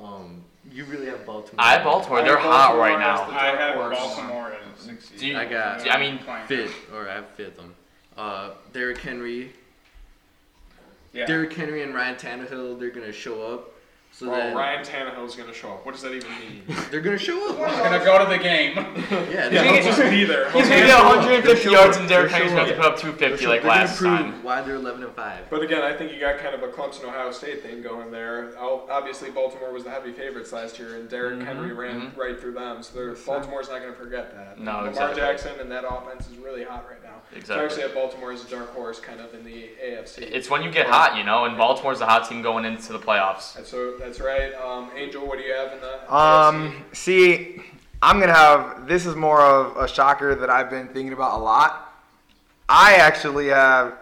S11: Um, you really have Baltimore.
S2: I have Baltimore. They're hot right now.
S8: I have
S4: Dark horse.
S8: Baltimore as six seed.
S2: Do you-
S11: I got-
S2: I mean,
S8: Playing.
S11: Fifth, or I have fifth them. Uh, Derrick Henry,
S8: Yeah.
S11: Derrick Henry and Ryan Tannehill, they're gonna show up. So
S4: Well,
S11: then
S4: Oh, Ryan Tannehill's gonna show up. What does that even mean?
S11: they're gonna show up.
S8: He's gonna go to the game.
S11: Yeah,
S8: He's
S11: they're-
S8: gonna just be there.
S2: He's going to get 150
S11: They're
S2: yards
S11: showing-
S2: and Derrick
S11: they're
S2: Henry's going to
S11: showing-
S2: put up
S11: they're
S2: 250
S11: showing-
S2: like
S11: they're gonna
S2: last
S11: prove
S2: time.
S11: Why they're 11 and five.
S4: But again, I think you got kind of a Clemson Ohio State thing going there. Al- Obviously, Baltimore was the heavy favorites last year, and Derrick
S2: Mm-hmm.
S4: Henry ran right through them. So they're- Baltimore's not going to forget that.
S2: No,
S4: Lamar
S2: exactly.
S4: Jackson and that offense is really hot right now. So I
S2: Exactly.
S4: actually have Baltimore as a dark horse kind of in the AFC.
S2: It's when you get hot, you know, and Baltimore's a hot team going into the playoffs.
S4: that's, so, that's right. Um, Angel, what do you have in the AFC?
S3: Um, see, I'm gonna have this is more of a shocker that I've been thinking about a lot. I actually have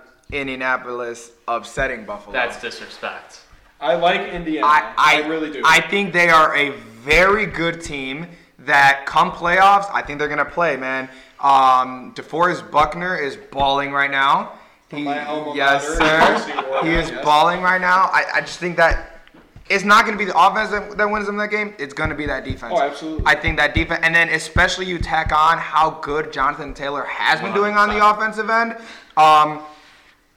S3: Indianapolis upsetting Buffalo.
S2: That's disrespect.
S4: I like Indiana.
S3: I, I,
S4: really do.
S3: I think they are a very good team that come playoffs, I think they're gonna play, man. Um, DeForest Buckner is balling right now. He,
S4: my alma
S3: yes,
S4: mater,
S3: sir.
S4: UC Orlando,
S3: he is
S4: yes.
S3: balling right now. I, I just think that it's not gonna be the offense that, that wins them that game. It's gonna be that defense.
S4: Oh, absolutely.
S3: I think that defense, and then especially you tack on how good Jonathan Taylor has been doing on the
S2: 100%.
S3: offensive end. Um,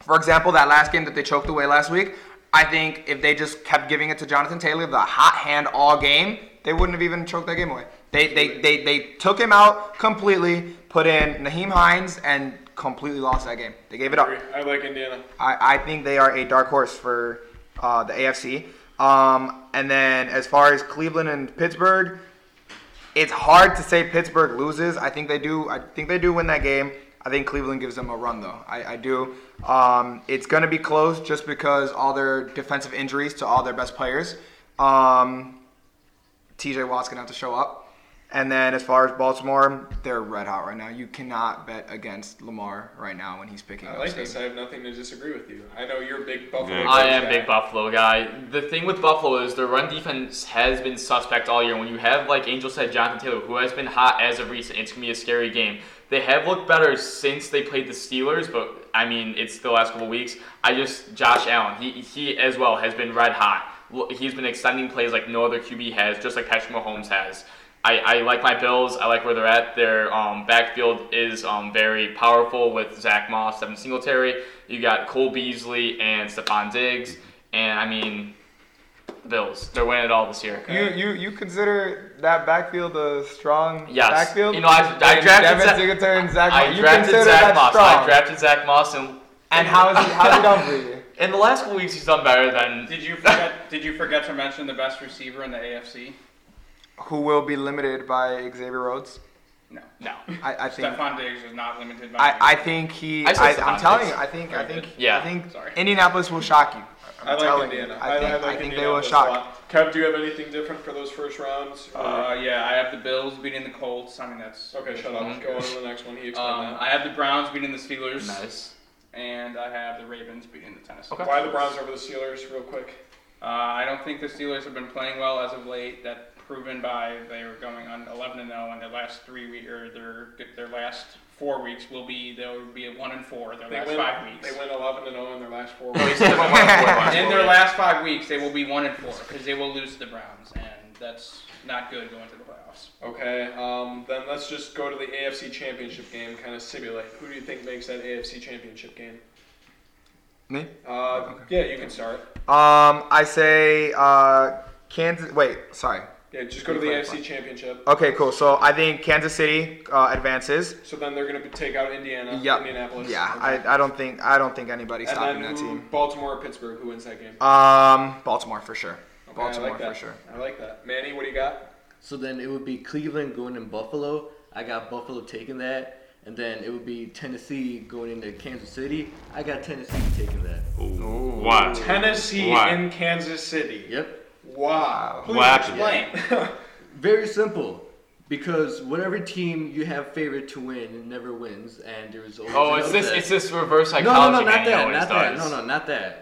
S3: for example, that last game that they choked away last week, I think if they just kept giving it to Jonathan Taylor, the hot hand all game, they wouldn't have even choked that game away. They they, they, they took him out completely, put in Naheem Hines, and completely lost that game. They gave it up.
S4: I like Indiana.
S3: I, I think they are a dark horse for uh, the AFC. Um, and then as far as Cleveland and Pittsburgh, it's hard to say Pittsburgh loses. I think they do. I think they do win that game. I think Cleveland gives them a run though. I, I do. Um, it's gonna be close just because all their defensive injuries to all their best players. Um, TJ Watt's gonna have to show up. And then as far as Baltimore, they're red hot right now. You cannot bet against Lamar right now when he's picking
S4: I
S3: up.
S4: like
S3: steam.
S4: this. I have nothing to disagree with you. I know you're a big Buffalo.
S1: Yeah.
S2: I
S4: Bills
S2: am
S4: guy.
S2: big Buffalo guy. The thing with Buffalo is their run defense has been suspect all year. When you have, like Angel said, Jonathan Taylor, who has been hot as of recent, it's going to be a scary game. They have looked better since they played the Steelers, but I mean, it's the last couple weeks. I just, Josh Allen, he, he as well has been red hot. L- He's been extending plays like no other QB has, just like Patrick Mahomes has. I, I like my Bills. I like where they're at. Their um, backfield is um, very powerful with Zach Moss, Devin Singletary. You got Cole Beasley and Stephon Diggs. And I mean, Bills. They're winning it all this year.
S3: You you you consider that backfield a strong
S2: Yes.
S3: backfield?
S2: You know, I, I
S3: And
S2: drafted
S3: Devin
S2: Zach,
S3: Singletary and Zach.
S2: I
S3: Moss. you
S2: drafted
S3: consider
S2: Zach
S3: that
S2: Moss.
S3: strong.
S2: I drafted Zach Moss. And,
S3: and how is he how's he done for you?
S2: in the last couple weeks, he's done better than.
S8: Did you forget? Did you forget to mention the best receiver in the AFC?
S3: Who will be limited by Xavier Rhodes?
S8: No.
S2: No.
S3: I, I think.
S8: Stephon Diggs is not limited by.
S3: I, I think he.
S2: I
S3: I
S2: said
S3: I,
S2: Stephon
S3: I'm telling
S2: Diggs.
S3: you. I think. I think.
S2: Yeah.
S3: I think
S8: Sorry.
S3: Indianapolis will shock you. I'm
S4: I like
S3: telling you.
S4: Indiana.
S3: I think. I,
S4: like
S3: think they will
S4: Indianapolis a
S3: shock.
S4: lot. Kev, do you have anything different for those first rounds? Or-
S8: uh, yeah, I have the Bills beating the Colts. I mean that's.
S4: okay, shut up. Go on to the next one. He explained
S8: Um, I have the Browns beating the Steelers,
S2: Nice.
S8: and I have the Ravens beating the Tennessee.
S4: that. Why the Browns over the Steelers, real quick?
S8: Uh, I don't think the Steelers have been playing well as of late. That proven by they were going on 11 and 0, and their last three week or their their last four weeks will be they'll be at one and four. Their
S4: They
S8: last
S4: win.
S8: five weeks.
S4: They win 11 and 0 in their last four.
S2: He
S4: weeks.
S2: still doesn't win four last
S8: In
S2: four
S8: their
S2: weeks.
S8: last five weeks, they will be one and four because they will lose to the Browns, and that's not good going to the playoffs.
S4: okay, um, then let's just go to the AFC Championship game, kind of simulate. Who do you think makes that AFC Championship game?
S3: Me.
S4: Uh, yeah, you can start.
S3: Um. I say. Uh. Kansas. Wait. Sorry.
S4: Yeah, just go to the AFC Championship.
S3: Okay. Cool. So I think Kansas City uh, advances.
S4: So then they're going to take out Indiana,
S3: Yep.
S4: Indianapolis.
S3: Yeah.
S4: Okay.
S3: I, I. don't think. I don't think anybody's stopping
S4: and then
S3: that
S4: who,
S3: team.
S4: Baltimore or Pittsburgh, who wins that game?
S3: Um, Baltimore for sure.
S4: Okay,
S3: Baltimore
S4: I like that.
S3: for sure.
S4: I like that. Manny, what do you got?
S11: So then it would be Cleveland going in Buffalo. I got Buffalo taking that. And then it would be Tennessee going into Kansas City. I got Tennessee taking that.
S1: What?
S4: Tennessee
S1: Why?
S4: in Kansas City.
S11: Yep.
S4: Wow. Please
S1: What happened?
S4: explain.
S11: Very simple. Because whatever team you have favored to win never wins, and there is always.
S2: Oh,
S11: an
S2: it's this,
S11: upset.
S2: it's this reverse
S11: No, no,
S2: psychology
S11: no, not
S2: man he
S11: that,
S2: always
S11: not that.
S2: does.
S11: No, no, not that.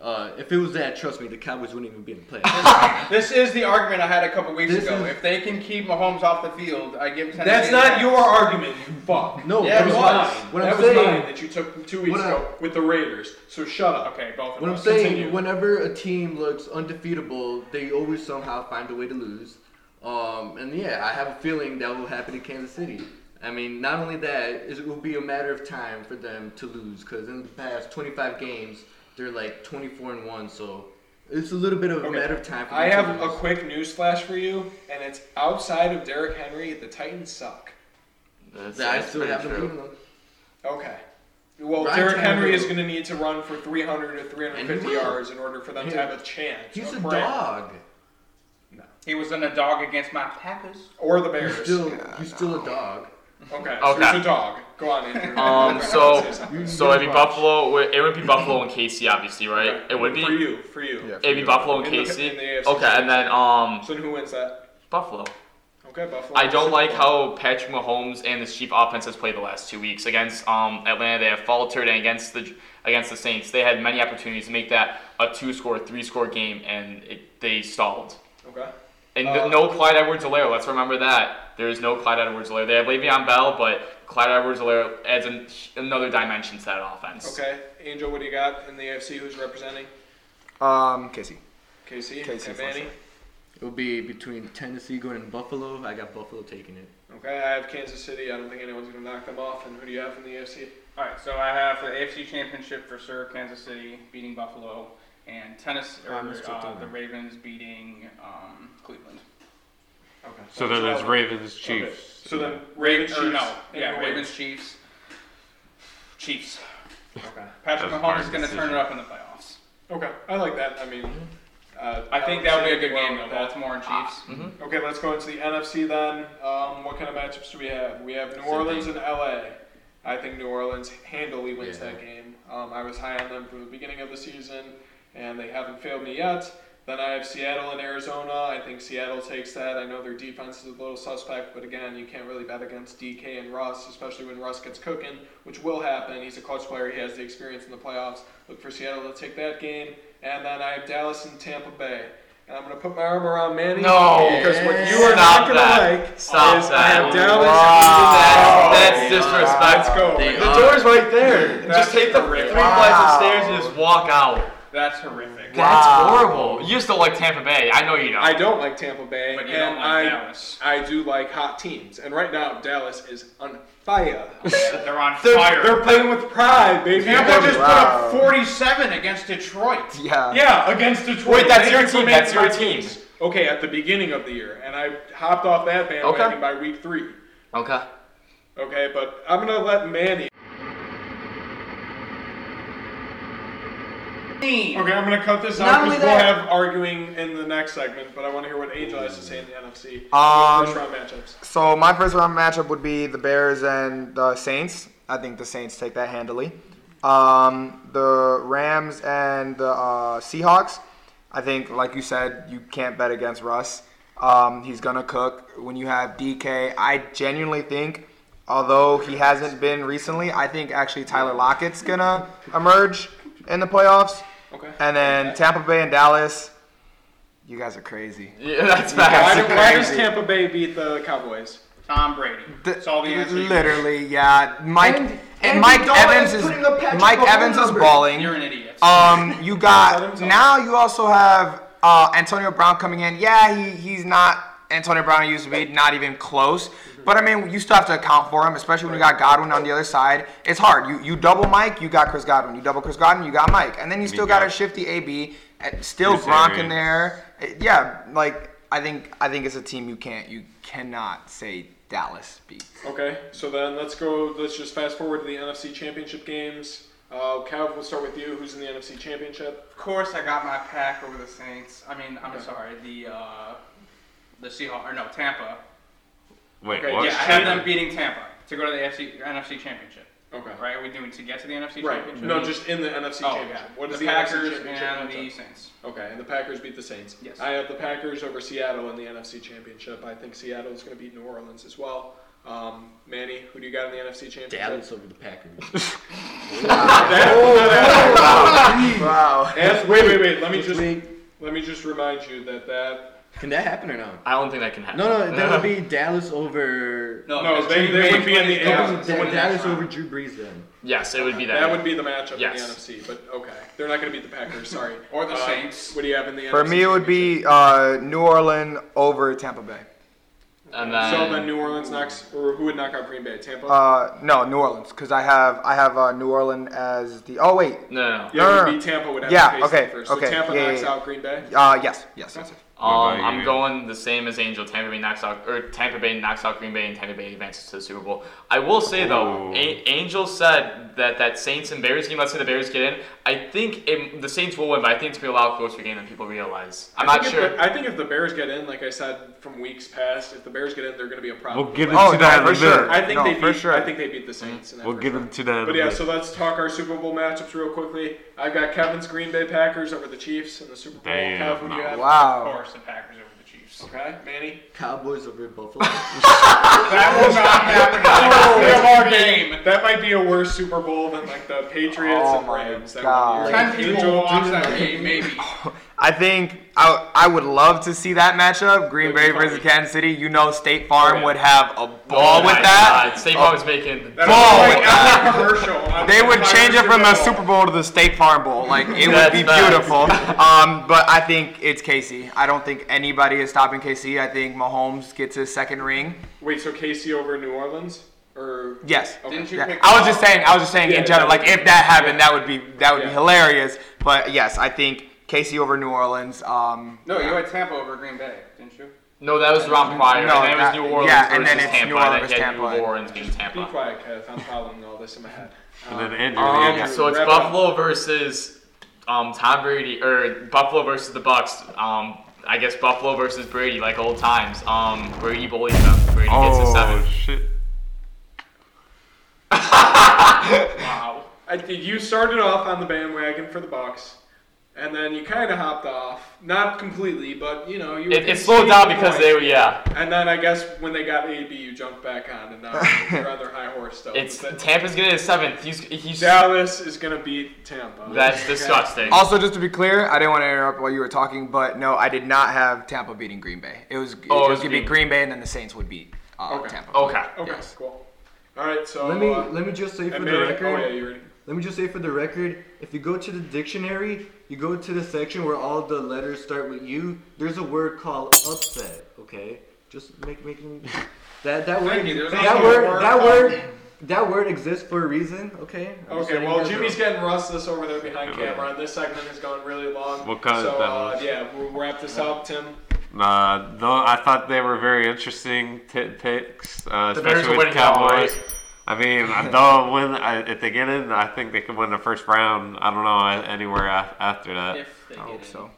S11: Uh, if it was that, trust me, the Cowboys wouldn't even be in the playoffs.
S8: This is the argument I had a couple weeks
S11: This
S8: ago.
S11: is-
S8: if they can keep Mahomes off the field, I give Tennessee.
S4: That's not your argument, you fuck.
S11: No,
S8: Yeah,
S11: but
S8: it
S11: it's
S8: was.
S11: not. What
S4: that
S11: I'm
S4: was
S11: saying,
S4: mine that you took two weeks
S11: What I-
S4: ago with the Raiders. So shut up.
S8: Okay, both of
S11: what I'm
S8: us.
S11: saying,
S4: Continue.
S11: whenever a team looks undefeatable, they always somehow find a way to lose. Um, and yeah, I have a feeling that will happen in Kansas City. I mean, not only that, is it will be a matter of time for them to lose because in the past 25 games, they're like 24 and one. So It's a little bit of a
S4: Okay.
S11: matter of time. For
S4: I
S11: me to
S4: have
S11: do
S4: a
S11: this.
S4: quick news flash for you, and it's outside of Derrick Henry, the Titans suck.
S2: That's,
S11: I still
S2: pretty
S11: have to
S2: true.
S11: leave them.
S4: Okay. Well,
S11: Ryan
S4: Derrick
S11: Tannehill-
S4: Henry is going to need to run for 300 or 350
S11: And he will.
S4: yards in order for them to
S11: Yeah.
S4: have a chance.
S11: He's
S4: or
S11: a
S4: Brand-
S11: dog.
S8: He was in a dog against my Packers.
S4: Or the
S11: You're
S4: Bears.
S11: still, you're still a dog.
S4: Okay, so
S2: Okay.
S4: he's a dog. Go on, Andrew.
S2: Um, so
S11: You-
S2: so
S11: you're
S2: it'd be
S11: a
S2: Buffalo. It would be Buffalo and Casey, obviously, right? It would be.
S4: For you, for you.
S12: Yeah.
S2: It'd be Buffalo and
S4: In the-
S2: Casey.
S4: in the AFC.
S2: Okay, and then um
S4: So who wins that?
S2: Buffalo.
S4: Okay, Buffalo.
S2: I don't
S4: Super
S2: like
S4: Bowl.
S2: how Patrick Mahomes and this Chief offense has played the last two weeks against um, Atlanta. They have faltered, and against the against the Saints, they had many opportunities to make that a two-score, three-score game, and it, they stalled.
S4: Okay.
S2: And no
S4: Uh,
S2: Clyde Edwards-Helaire. Let's remember that there is no Clyde Edwards-Helaire. They have Le'Veon Bell, but Clyde Edwards-Helaire adds an, another dimension to that offense.
S4: Okay, Angel, what do you got in the AFC? Who's representing?
S3: Um, Casey.
S4: KC,
S3: KC,
S4: and Manny.
S11: It would be between Tennessee going and Buffalo. I got Buffalo taking it.
S4: Okay, I have Kansas City. I don't think anyone's going to knock them off. And who do you have in the AFC?
S8: All right, so I have for the AFC Championship for sure Kansas City beating Buffalo and Tennessee or
S3: I'm still doing
S8: uh,
S3: it.
S8: the Ravens beating um, Cleveland.
S4: Okay.
S1: So then there's Ravens, Chiefs.
S4: Okay, So then Ravens,
S8: Ravens, or
S4: Chiefs,
S8: no,
S4: and
S8: yeah,
S4: who
S8: Ravens,
S4: wins?
S8: Chiefs, Chiefs.
S4: Okay.
S8: Patrick
S1: That's
S8: Mahomes is
S1: my
S8: going to turn
S1: decision.
S8: it up in the playoffs.
S4: Okay, I like that. I mean, uh,
S8: I think
S4: would
S8: that would
S4: say
S8: be a good
S4: well
S8: game though,
S4: with that.
S8: Baltimore and Chiefs.
S4: Okay, let's go into the NFC then. Um, what kind of matchups do we have? We have New Orleans and LA. I think New Orleans handily wins
S11: Yeah.
S4: that game. Um, I was high on them from the beginning of the season, and they haven't failed me yet. Then I have Seattle and Arizona. I think Seattle takes that. I know their defense is a little suspect, but again, you can't really bet against DK and Russ, especially when Russ gets cooking, which will happen. He's a clutch player. He has the experience in the playoffs. Look for Seattle to take that game. And then I have Dallas and Tampa Bay. And I'm going to put my arm around Manny.
S2: No.
S4: Because what you are
S2: Stop
S4: not going to
S2: that.
S4: like
S2: Stop
S4: is I
S2: that.
S4: have Dallas.
S2: Wow. That's- that's
S11: They are-
S2: disrespectful.
S11: they
S2: The
S11: are-
S2: door's right there. Just
S4: That's
S2: take the three
S4: horrific.
S2: flights of stairs and just walk out.
S8: That's horrific.
S2: That's horrible. You still like Tampa Bay. I know you don't.
S4: I don't like Tampa Bay,
S8: But you
S4: and
S8: don't like
S4: I
S8: Dallas.
S4: I do like hot teams. And right now, Dallas is on fire.
S8: They're on
S4: They're,
S8: fire.
S4: they're playing with pride, baby.
S8: Tampa just
S3: Wow.
S8: put up 47 against Detroit.
S3: Yeah.
S4: yeah, against Detroit.
S2: Wait, that's
S4: Thank
S2: your
S4: you for
S2: team.
S4: making
S2: That's your
S4: my
S2: team.
S4: teams. Okay, at the beginning of the year, and I hopped off that bandwagon
S2: Okay.
S4: by week three.
S2: Okay.
S4: Okay, but I'm gonna let Manny. Okay, I'm gonna cut this
S3: Not
S4: out
S3: only
S4: because we'll
S3: that-
S4: have arguing in the next segment. But I want to hear what Angel has to say in the NFC
S3: Um,
S4: first round matchups.
S3: So my first round matchup would be the Bears and the Saints. I think the Saints take that handily. Um, the Rams and the uh, Seahawks. I think, like you said, you can't bet against Russ. Um, he's gonna cook. When you have DK, I genuinely think, although he hasn't been recently, I think actually Tyler Lockett's gonna emerge in the playoffs.
S4: Okay.
S3: And then Tampa Bay and Dallas. You guys are crazy.
S2: Yeah, that's
S4: Why,
S2: bad.
S4: do- why does Tampa Bay beat the Cowboys?
S8: Tom Brady. That's all the answer. you
S3: Literally, yeah. Mike
S11: And-
S3: and,
S11: and
S3: Mike
S11: Iguodala
S3: Evans
S11: is
S3: is
S11: putting up Patrick
S3: Mike
S11: Mahomes
S3: Evans is
S11: numbers.
S3: balling.
S8: You're an idiot.
S3: Um, you got
S4: Adams on.
S3: now. You also have uh, Antonio Brown coming in. Yeah, he, he's not Antonio Brown he used to be, not even close. But I mean, you still have to account for him, especially when you got Godwin on the other side. It's hard. You you double Mike, you got Chris Godwin. You double Chris Godwin, you got Mike, and then you still got a
S1: got-
S3: shifty AB. uh, Still
S1: Bruce
S3: Gronk
S1: Arians.
S3: in there. Uh, Yeah, like I think I think it's a team you can't you cannot say Dallas beats.
S4: Okay, so then let's go. Let's just fast forward to the NFC Championship games. Uh, Cav, we'll start with you. Who's in the NFC Championship?
S8: Of course, I got my pack over the Saints. I mean, I'm sorry, the uh, the Seahawks or no Tampa.
S1: Wait,
S4: Okay,
S1: what?
S8: yeah, I had them beating Tampa to go to the AFC NFC Championship.
S4: Okay.
S8: Right? Are we doing to get to the NFC
S4: Right.
S8: Championship?
S4: No, just in the NFC
S8: oh,
S4: Championship.
S8: yeah.
S4: What is
S8: the
S4: the,
S8: Packers
S4: NFC
S8: and
S4: Championship?
S8: the
S4: matchup?
S8: Saints?
S4: Okay, and the Packers beat the Saints.
S8: Yes.
S4: I have the Packers over Seattle in the NFC Championship. I think Seattle is going to beat New Orleans as well. Um, Manny, who do you got in the NFC Championship?
S11: Dallas over the Packers.
S3: Wow.
S4: And- wait, wait, wait. Let me
S11: This
S4: just
S11: week.
S4: let me just remind you that that
S11: Can that happen or not?
S2: I don't think that can happen.
S11: No, no, that would be Dallas over.
S4: No, they-
S8: Drew
S4: they would
S8: Brees
S4: be in the
S8: wins
S4: AFC.
S8: wins
S4: They
S8: the
S4: would-
S8: next
S11: Dallas
S8: round.
S11: over Drew Brees then.
S2: Yes, it would be that.
S4: that would be the matchup
S2: Yes.
S4: in the NFC. But okay, they're not going to beat the Packers. Sorry.
S8: Or the
S4: Uh,
S8: Saints.
S4: What do you have in the
S3: For
S4: NFC
S3: me, it would
S4: Championship?
S3: be uh, New Orleans over Tampa Bay.
S2: And then,
S4: so then New Orleans knocks, or who would knock out Green Bay? Tampa.
S3: Uh, no, New Orleans, because I have I have uh, New Orleans as the. Oh wait.
S2: no, no, no.
S4: yeah, it
S3: no,
S4: would
S3: no.
S4: be Tampa would have
S3: Yeah,
S4: to face them
S3: okay,
S4: first.
S3: okay,
S4: So Tampa
S3: yeah, yeah,
S4: knocks
S3: yeah.
S4: out Green Bay.
S3: Uh, yes, yes, yes.
S1: about
S2: Um,
S1: you,
S2: I'm
S1: Ian?
S2: going the same as Angel. Tampa Bay knocks out, or Tampa Bay knocks out Green Bay, and Tampa Bay advances to the Super Bowl. I will say though,
S1: Ooh.
S2: A- Angel said that that Saints and Bears game. Let's say the Bears get in. I think it, the Saints will win, but I think it's gonna be a lot closer game than people realize. I'm
S4: I
S2: not
S4: think
S2: sure.
S4: If the, I think if the Bears get in, like I said from weeks past, if the Bears get in, they're going to be a problem.
S1: We'll give them
S3: Oh,
S1: to
S3: no,
S1: that
S3: for
S1: in a
S3: sure.
S1: minute.
S4: I think
S3: No,
S4: they
S3: for
S4: beat.
S3: sure.
S4: I think they beat the Saints. in that
S1: We'll
S4: first
S1: give
S4: round.
S1: them to that. in a
S4: But yeah,
S1: minute.
S4: so let's talk our Super Bowl matchups real quickly. I've got Kevin's Green Bay Packers over the Chiefs in the Super Bowl.
S1: Damn,
S4: Kev, who do you
S1: no.
S4: have?
S12: Of
S3: Wow.
S12: course, the Packers over the Chiefs.
S4: Okay, Manny.
S11: Cowboys over Buffalo.
S4: That will not happen.
S12: That's our game.
S4: That might be a worse Super Bowl than like the Patriots
S3: Oh
S4: and
S3: my
S4: Rams. That
S3: God.
S4: would be-
S8: Ten people will watch that
S11: Dude,
S8: game, maybe.
S3: I think I, I would love to see that matchup, Green Bay versus Kansas City. You know, State
S4: Oh,
S3: Farm would have a ball
S2: Oh
S3: with
S2: my
S3: that.
S2: God, State Farm is making.
S3: Ball with
S4: Like, every
S3: that.
S4: commercial. on
S3: They
S4: the
S3: would
S4: entire
S3: change it from a Super Bowl to the State Farm Bowl. Like it would
S2: That's
S3: be
S2: facts.
S3: beautiful. Um, but I think it's KC. I don't think anybody is stopping KC. I think Mahomes gets his second ring.
S4: Wait, so KC over New Orleans or?
S3: Yes.
S8: Didn't you
S3: Yeah.
S8: pick?
S3: I was just saying. I was just saying
S4: Yeah,
S3: in general.
S4: that would
S3: Like
S4: be-
S3: if that happened, that would be that would be
S4: Yeah.
S3: hilarious. But yes, I think KC over New Orleans. Um,
S8: No, you had Tampa over Green Bay, didn't you?
S2: No, that was the round prior.
S3: No,
S2: and then
S3: that-
S2: it was New Orleans
S3: yeah, and then
S2: versus
S3: it's
S2: Tampa.
S3: New Orleans
S2: that had
S3: versus
S2: New Orleans being
S4: Be
S2: Tampa.
S4: quiet, Kev. I'm following all this in my head.
S1: and
S4: Um,
S1: then Andrew.
S4: um,
S1: yeah.
S2: So it's
S4: Wrap it up.
S2: Buffalo versus um, Tom Brady or Buffalo versus the Bucks. Um, I guess Buffalo versus Brady, like old times. Um, Brady bullies them. Brady gets a
S1: Oh
S2: seven.
S1: shit!
S4: I, you started off on the bandwagon for the Bucks, and then you kind of hopped off. Not completely, but you know you.
S2: It, it slowed down because they were yeah.
S4: And then I guess when they got AB, you jumped back on, and now you're on their high horse still.
S2: It's
S4: But
S2: Tampa's getting a seventh. He's he's
S4: Dallas is gonna beat Tampa.
S2: that's
S4: Okay.
S2: disgusting.
S3: Also, just to be clear, I didn't want to interrupt while you were talking, but no, I did not have Tampa beating Green Bay. It was,
S2: Oh,
S3: it
S2: it
S3: was
S2: was
S3: gonna be
S2: Green-
S3: Green Bay, and then the Saints would beat uh,
S4: Okay.
S3: Tampa.
S2: Okay.
S4: Okay,
S3: Yes.
S4: cool. All right, so
S11: let me
S4: uh,
S11: let me just say for
S4: and
S11: the
S4: Manny-
S11: record.
S4: oh yeah, you ready?
S11: Let me just say for the record, if you go to the dictionary, you go to the section where all the letters start with U. There's a word called upset. Okay, just make making that that word
S8: Thank you, there's
S11: that
S8: also a
S11: word,
S8: word
S11: that
S8: called-
S11: word that word exists for a reason. Okay. I'm just
S4: Okay,
S11: letting
S4: well,
S11: you guys
S4: Jimmy's
S11: know.
S4: getting restless over there behind camera, and this segment has gone really long.
S1: We'll cut it
S4: so,
S1: down.
S4: uh, yeah, we'll wrap this
S2: Uh-huh.
S4: up, Tim.
S1: Uh, though I thought they were very interesting t- picks, uh,
S2: The
S1: especially
S2: Bears are
S1: with the
S2: winning now,
S1: Cowboys.
S2: right?
S1: I mean, though when I, if they get in, I think they can win the first round. I don't know uh, anywhere a- after that.
S8: If they
S3: I
S8: get
S3: hope
S8: in.
S3: so.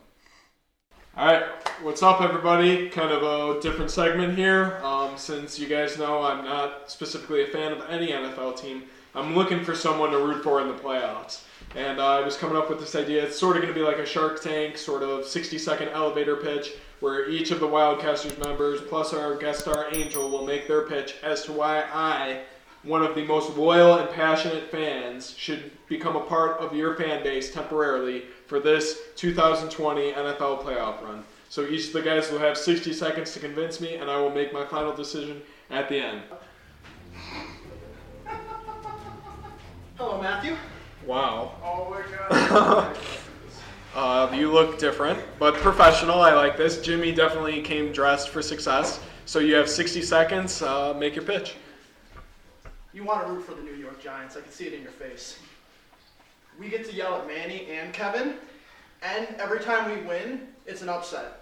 S4: All right, what's up, everybody? Kind of a different segment here. Um, since you guys know I'm not specifically a fan of any NFL team, I'm looking for someone to root for in the playoffs. And uh, I was coming up with this idea. It's sort of going to be like a Shark Tank, sort of 60 second elevator pitch, where each of the Wildcasters members plus our guest star Angel will make their pitch as to why I, one of the most loyal and passionate fans, should become a part of your fan base temporarily for this 2020 NFL playoff run. So each of the guys will have 60 seconds to convince me, and I will make my final decision at the end.
S10: Hello, Matthew.
S4: Wow.
S10: Oh my God.
S4: Uh, you look different, but professional. I like this. Jimmy definitely came dressed for success. So you have 60 seconds. Uh, make your pitch.
S10: you want to root for the New York Giants. I can see it in your face. We get to yell at Manny and Kevin, and every time we win, it's an upset.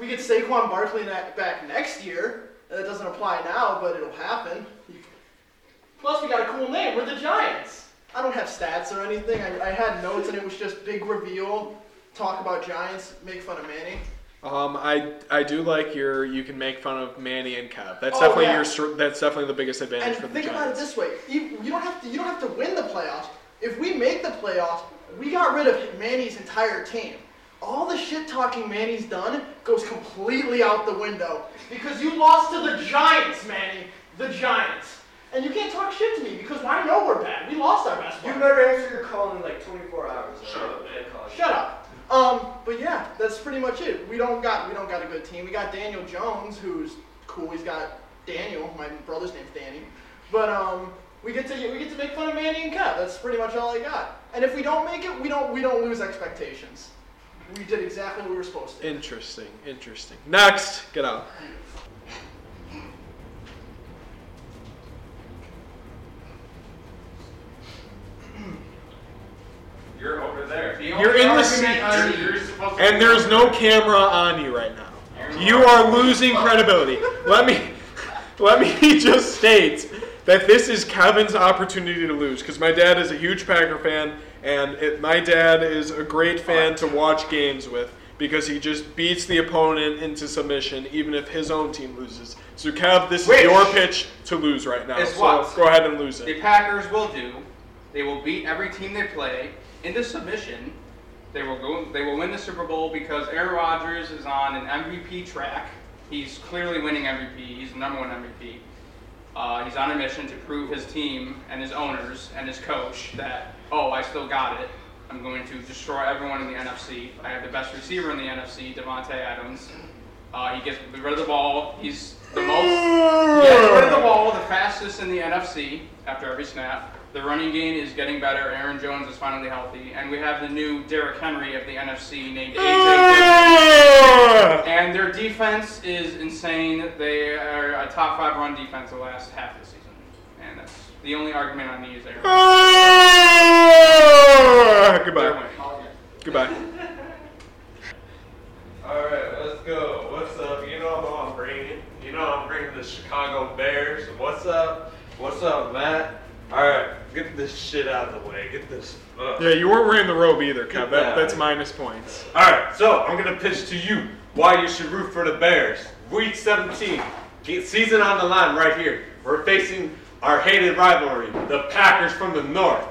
S10: We get Saquon Barkley na- back next year. That doesn't apply now, but it'll happen. Plus, we got a cool name. We're the Giants. I don't have stats or anything. I, I had notes, and it was just big reveal, talk about Giants, make fun of Manny.
S4: Um, I I do like your you can make fun of Manny and Kev. That's
S10: Oh,
S4: definitely
S10: yeah.
S4: your str- that's definitely the biggest advantage
S10: And
S4: for the
S10: think about it
S4: Giants.
S10: this way: you, you don't have to you don't have to win the playoffs. If we make the playoffs, we got rid of Manny's entire team. All the shit talking Manny's done goes completely out the window because you lost to the Giants, Manny. The Giants. And you can't talk shit to me because I know we're bad. We lost our best player.
S11: better answer your call in like 24 hours. Shut up,
S10: Shut up. Um, but yeah, that's pretty much it. We don't got we don't got a good team. We got Daniel Jones, who's cool. He's got Daniel. My brother's name's Danny. But um, we get to we get to make fun of Manny and Kev. That's pretty much all I got. And if we don't make it, we don't we don't lose expectations. We did exactly what we were supposed to.
S4: Interesting, interesting. Next, get out.
S13: on
S14: You're supposed to-
S4: and there's no camera on you right now. You are losing credibility. Let me let me just state that this is Kevin's opportunity to lose because my dad is a huge Packer fan, and it, my dad is a great fan to watch games with because he just beats the opponent into submission, even if his own team loses. So, Kev, this is
S8: Which
S4: your pitch to lose right now.
S8: is
S4: so
S8: what?
S4: go ahead and lose
S8: The
S4: it.
S8: Packers will do. They will beat every team they play into submission. They will go. They will win the Super Bowl because Aaron Rodgers is on an MVP track. He's clearly winning MVP. He's the number one MVP. Uh, he's on a mission to prove his team and his owners and his coach that oh, I still got it. I'm going to destroy everyone in the NFC. I have the best receiver in the NFC, Devontae Adams. Uh, he gets rid of the ball. He's the most. He gets rid of the ball the fastest in the NFC after every snap. The running game is getting better. Aaron Jones is finally healthy, and we have the new Derrick Henry of the NFC named AJ. Dillon. And their defense is insane. They are a top five run defense the last half of the season, and that's the only argument I need is Aaron. Rodgers. They're
S4: Goodbye.
S8: winning.
S4: Goodbye.
S15: All right, let's go. What's up? You know I'm bringing. You know I'm bringing the Chicago Bears. What's up? What's up, Matt? All right, get this shit out of the way. Get this. Up.
S4: Yeah, you weren't wearing the robe either,
S15: Get
S4: Kev.
S15: that.
S4: That, that's minus points.
S15: All right, so I'm gonna pitch to you why you should root for the Bears. Week 17, get season on the line right here. We're facing our hated rivalry, the Packers from the north.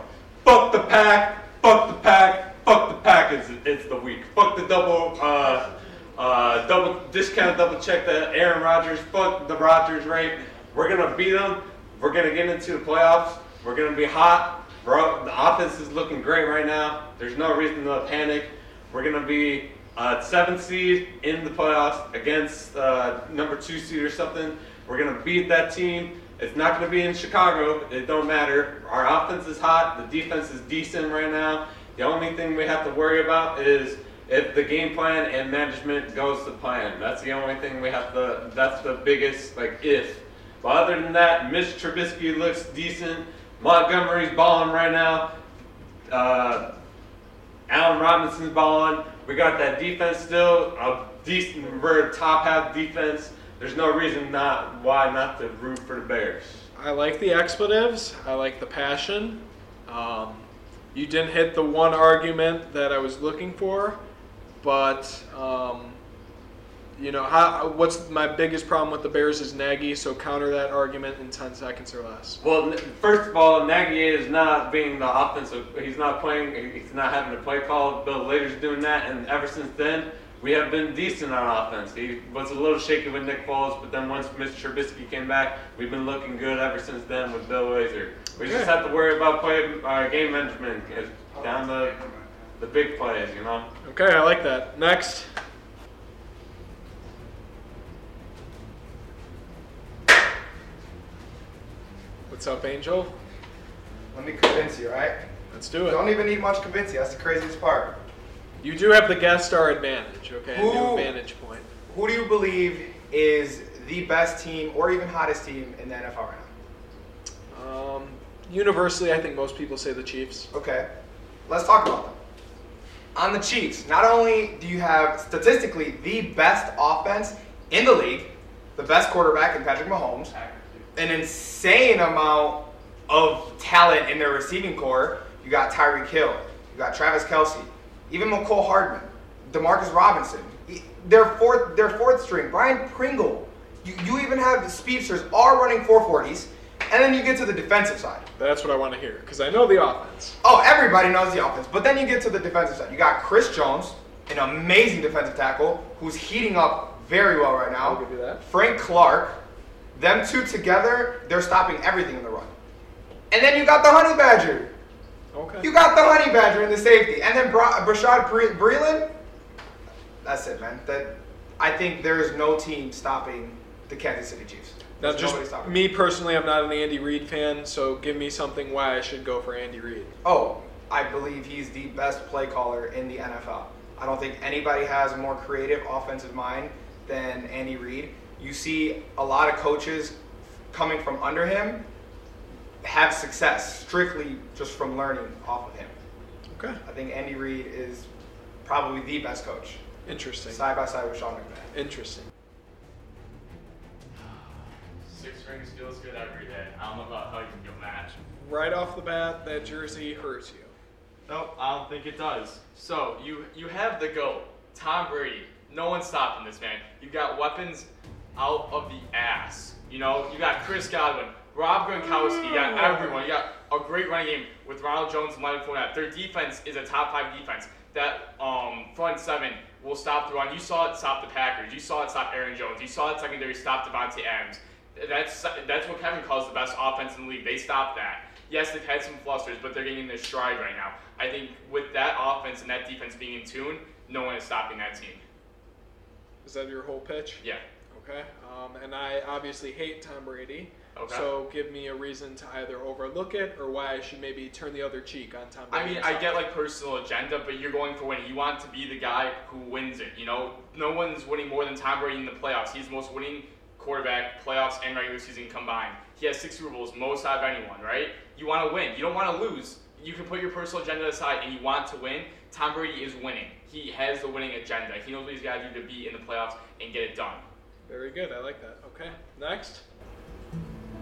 S15: Fuck the pack. Fuck the pack. Fuck the pack is, is the week. Fuck the double. Uh, uh, double discount. Double check the Aaron Rodgers. Fuck the Rodgers rate. We're gonna beat them. We're gonna get into the playoffs. We're gonna be hot. Bro, the offense is looking great right now. There's no reason to panic. We're gonna be uh, seventh seed in the playoffs against uh, number two seed or something. We're gonna beat that team. It's not gonna be in Chicago. It don't matter. Our offense is hot. The defense is decent right now. The only thing we have to worry about is if the game plan and management goes to plan. That's the only thing we have to. That's the biggest like if. But other than that, Mitch Trubisky looks decent. Montgomery's balling right now. Uh, Allen Robinson's balling. We got that defense still. A decent, we're a top half defense. There's no reason not why not to root for the Bears.
S4: I like the expletives. I like the passion. Um, you didn't hit the one argument that I was looking for, but um, you know how, what's my biggest problem with the Bears is Nagy. So counter that argument in ten seconds or less.
S15: Well, n- first of all, Nagy is not being the offensive. He's not playing. He's not having the play call. Bill Lader's doing that, and ever since then, we have been decent on offense. He was a little shaky with Nick Foles, but then once Mitch Trubisky came back, we've been looking good ever since then with Bill Lazer. We just
S4: Okay.
S15: have to worry about play uh, game management uh, down the the big plays, you know.
S4: Okay, I like that. Next. What's up, Angel?
S3: Let me convince you, all right?
S4: Let's do it.
S3: Don't even need much convincing. That's the craziest part.
S4: You do have the guest star advantage, okay? A
S3: Who-
S4: new vantage point.
S3: Who do you believe is the best team or even hottest team in the NFL right now?
S4: Um, universally, I think most people say the Chiefs.
S3: Okay, let's talk about them. On the Chiefs, not only do you have statistically the best offense in the league, the best quarterback in Patrick Mahomes, an insane amount of talent in their receiving core. You got Tyreek Hill, you got Travis Kelsey, even McCole Hardman, Demarcus Robinson. E- Their fourth, their fourth string, Brian Pringle. You, you even have the speedsters all running 440s, and then you get to the defensive side.
S4: That's what I want to hear, because I know the offense.
S3: Oh, everybody knows the offense. But then you get to the defensive side. You got Chris Jones, an amazing defensive tackle who's heating up very well right now.
S4: I'll give you that.
S3: Frank Clark. Them two together, they're stopping everything in the run. And then you got the Honey Badger.
S4: Okay.
S3: You got the Honey Badger in the safety. And then Bra- Brashad Bre- Breeland. That's it, man. That I think there is no team stopping the Kansas City Chiefs.
S4: now,
S3: There's nobody
S4: just
S3: stopping.
S4: me personally, I'm not an Andy Reid fan, so give me something why I should go for Andy Reid.
S3: Oh, I believe he's the best play caller in the NFL. I don't think anybody has a more creative offensive mind than Andy Reid. You see a lot of coaches coming from under him have success strictly just from learning off of him.
S4: Okay.
S3: I think Andy Reid is probably the best coach,
S16: Interesting.
S3: side by side with Sean McVay.
S16: Interesting.
S2: Six rings feels good every day. I don't know about how you can get match.
S16: Right off the bat, that jersey hurts you.
S2: Nope, I don't think it does. So you you have the goat, Tom Brady. No one's stopping this man. You got weapons out of the ass. You know, you got Chris Godwin, Rob Gronkowski, you got everyone. You got a great running game with Ronald Jones and Leonard Fournette. Their defense is a top five defense. That um, front seven will stop the run. You saw it stop the Packers. You saw it stop Aaron Jones. You saw it secondary stop Devontae Adams. That's that's what Kevin calls the best offense in the league. They stop that. Yes, they've had some flusters, but they're getting their stride right now. I think with that offense and that defense being in tune, no one is stopping that team.
S16: Is that your whole pitch?
S2: Yeah.
S16: Okay. Um, and I obviously hate Tom Brady.
S2: Okay.
S16: So give me a reason to either overlook it or why I should maybe turn the other cheek on Tom
S2: I
S16: Brady.
S2: mean, I get like personal agenda, but you're going for winning. You want to be the guy who wins it. You know, no one's winning more than Tom Brady in the playoffs. He's the most winning quarterback, playoffs and regular season combined. He has six Super Bowls, most out of anyone. Right? You want to win. You don't want to lose. You can put your personal agenda aside and you want to win. Tom Brady is winning. He has the winning agenda. He knows what he's got to do to be in the playoffs and get it done.
S16: Very good. I like that. Okay. Next.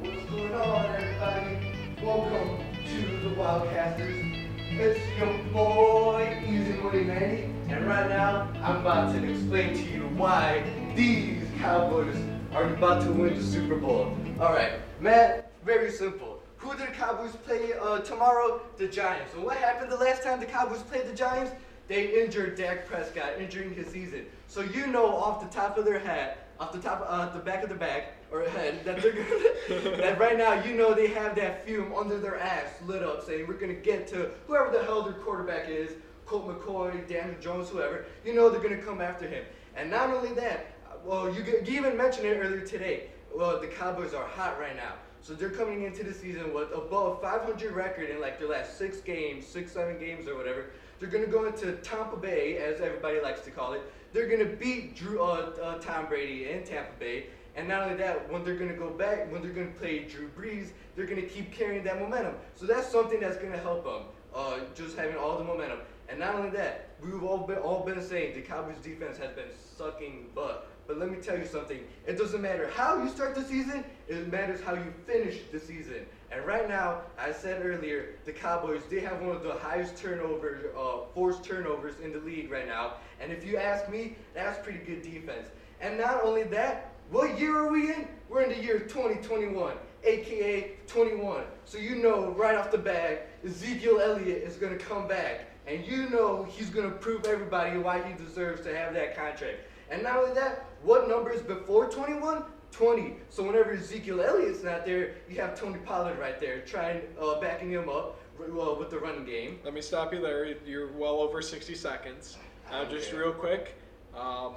S11: What's going on, everybody? Welcome to the Wildcasters. It's your boy, Easy Money Manny, and right now I'm about to explain to you why these Cowboys are about to win the Super Bowl. Alright, Matt, very simple. Who do the Cowboys play uh, tomorrow? The Giants. And what happened the last time the Cowboys played the Giants? They injured Dak Prescott, injuring his season. So you know off the top of their hat, off the top, uh, the back of the back or head, that they're gonna, that right now you know they have that fume under their ass lit up, saying we're gonna get to whoever the hell their quarterback is, Colt McCoy, Daniel Jones, whoever. You know they're gonna come after him. And not only that, uh, well, you, g- you even mentioned it earlier today. Well, the Cowboys are hot right now. So they're coming into the season with above 500 record in like their last six games, six, seven games or whatever. They're gonna go into Tampa Bay, as everybody likes to call it. They're gonna beat Drew, uh, uh, Tom Brady in Tampa Bay, and not only that, when they're gonna go back, when they're gonna play Drew Brees, they're gonna keep carrying that momentum. So that's something that's gonna help them, uh, just having all the momentum. And not only that, we've all been all been saying the Cowboys defense has been sucking butt. But let me tell you something. It doesn't matter how you start the season, it matters how you finish the season. And right now, I said earlier, the Cowboys, they have one of the highest turnover, uh, forced turnovers in the league right now. And if you ask me, that's pretty good defense. And not only that, what year are we in? We're in the year 2021, aka 21. So you know right off the bat, Ezekiel Elliott is going to come back. And you know he's going to prove everybody why he deserves to have that contract. And not only that, what number is before 21? 20. So whenever Ezekiel Elliott's not there, you have Tony Pollard right there trying, uh, backing him up uh, with the running game.
S16: Let me stop you there. You're well over 60 seconds. Now, just real quick, um,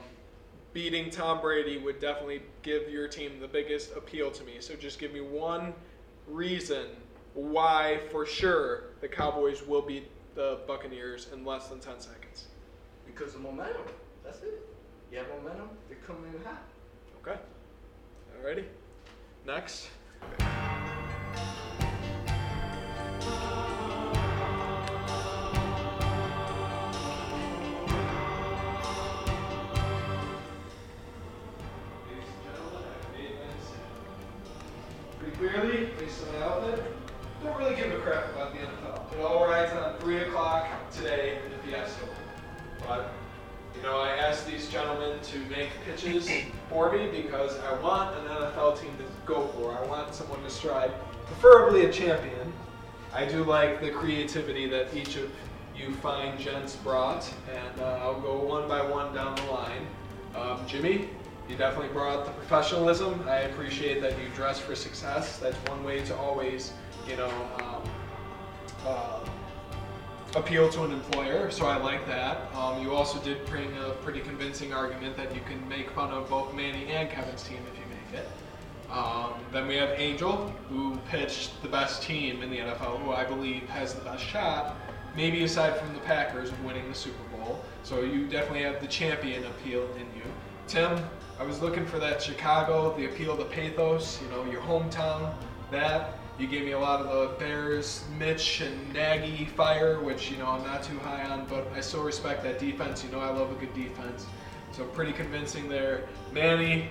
S16: beating Tom Brady would definitely give your team the biggest appeal to me. So just give me one reason why, for sure, the Cowboys will beat the Buccaneers in less than 10 seconds.
S11: Because of momentum. That's it. You have momentum, they're coming in hot.
S16: Okay. Alrighty. Next.
S4: Ladies and gentlemen, I made my decision. Pretty clearly, based on my outfit, don't really give a crap about the NFL. It all rides on 3 o'clock today in the Fiesta. But, you know, I asked these gentlemen to make pitches for me because I want an NFL team to go for. I want someone to strive, preferably a champion. I do like the creativity that each of you fine gents brought, and uh, I'll go one by one down the line. Um, Jimmy, you definitely brought the professionalism. I appreciate that you dress for success. That's one way to always, you know, um, uh, appeal to an employer. So I like that. Um, you also did bring a pretty convincing argument that you can make fun of both Manny and Kevin's team if you make it. Um, then we have Angel, who pitched the best team in the NFL, who I believe has the best shot, maybe aside from the Packers, of winning the Super Bowl. So you definitely have the champion appeal in you. Tim, I was looking for that Chicago, the appeal to pathos, you know, your hometown, that. You gave me a lot of the Bears, Mitch, and Nagy fire, which, you know, I'm not too high on, but I still respect that defense. You know, I love a good defense. So pretty convincing there. Manny,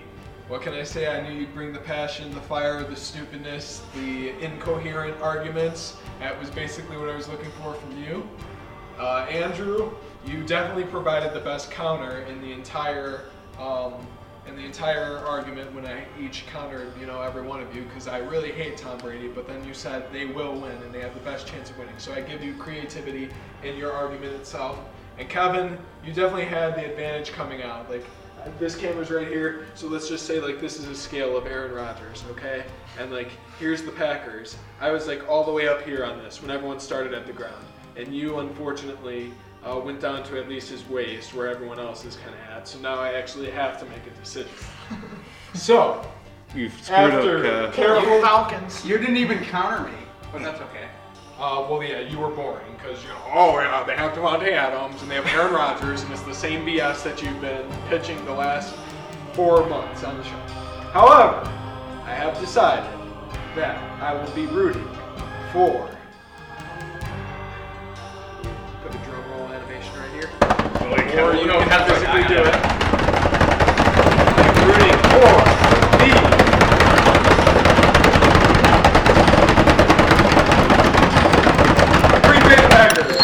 S4: what can I say? I knew you'd bring the passion, the fire, the stupidness, the incoherent arguments. That was basically what I was looking for from you. Uh, Andrew, you definitely provided the best counter in the entire um, in the entire argument when I each countered, you know, every one of you because I really hate Tom Brady, but then you said they will win and they have the best chance of winning. So I give you creativity in your argument itself. And Kevin, you definitely had the advantage coming out. Like uh, this camera's right here, so let's just say like this is a scale of Aaron Rodgers, okay? And like here's the Packers. I was like all the way up here on this when everyone started at the ground, and you unfortunately uh, went down to at least his waist where everyone else is kind of at. So now I actually have to make a decision. so
S1: You've screwed
S4: after
S1: up. Kev.
S4: careful
S8: Falcons. You didn't even counter me, but that's okay.
S4: Uh, well, yeah, you were boring because you know, oh yeah, they have Devontae Adams and they have Aaron Rodgers, and it's the same BS that you've been pitching the last four months on the show. However, I have decided that I will be rooting for. Put a drum roll animation right here. or you don't have to physically do it. I'm rooting for the Green Bay Packers.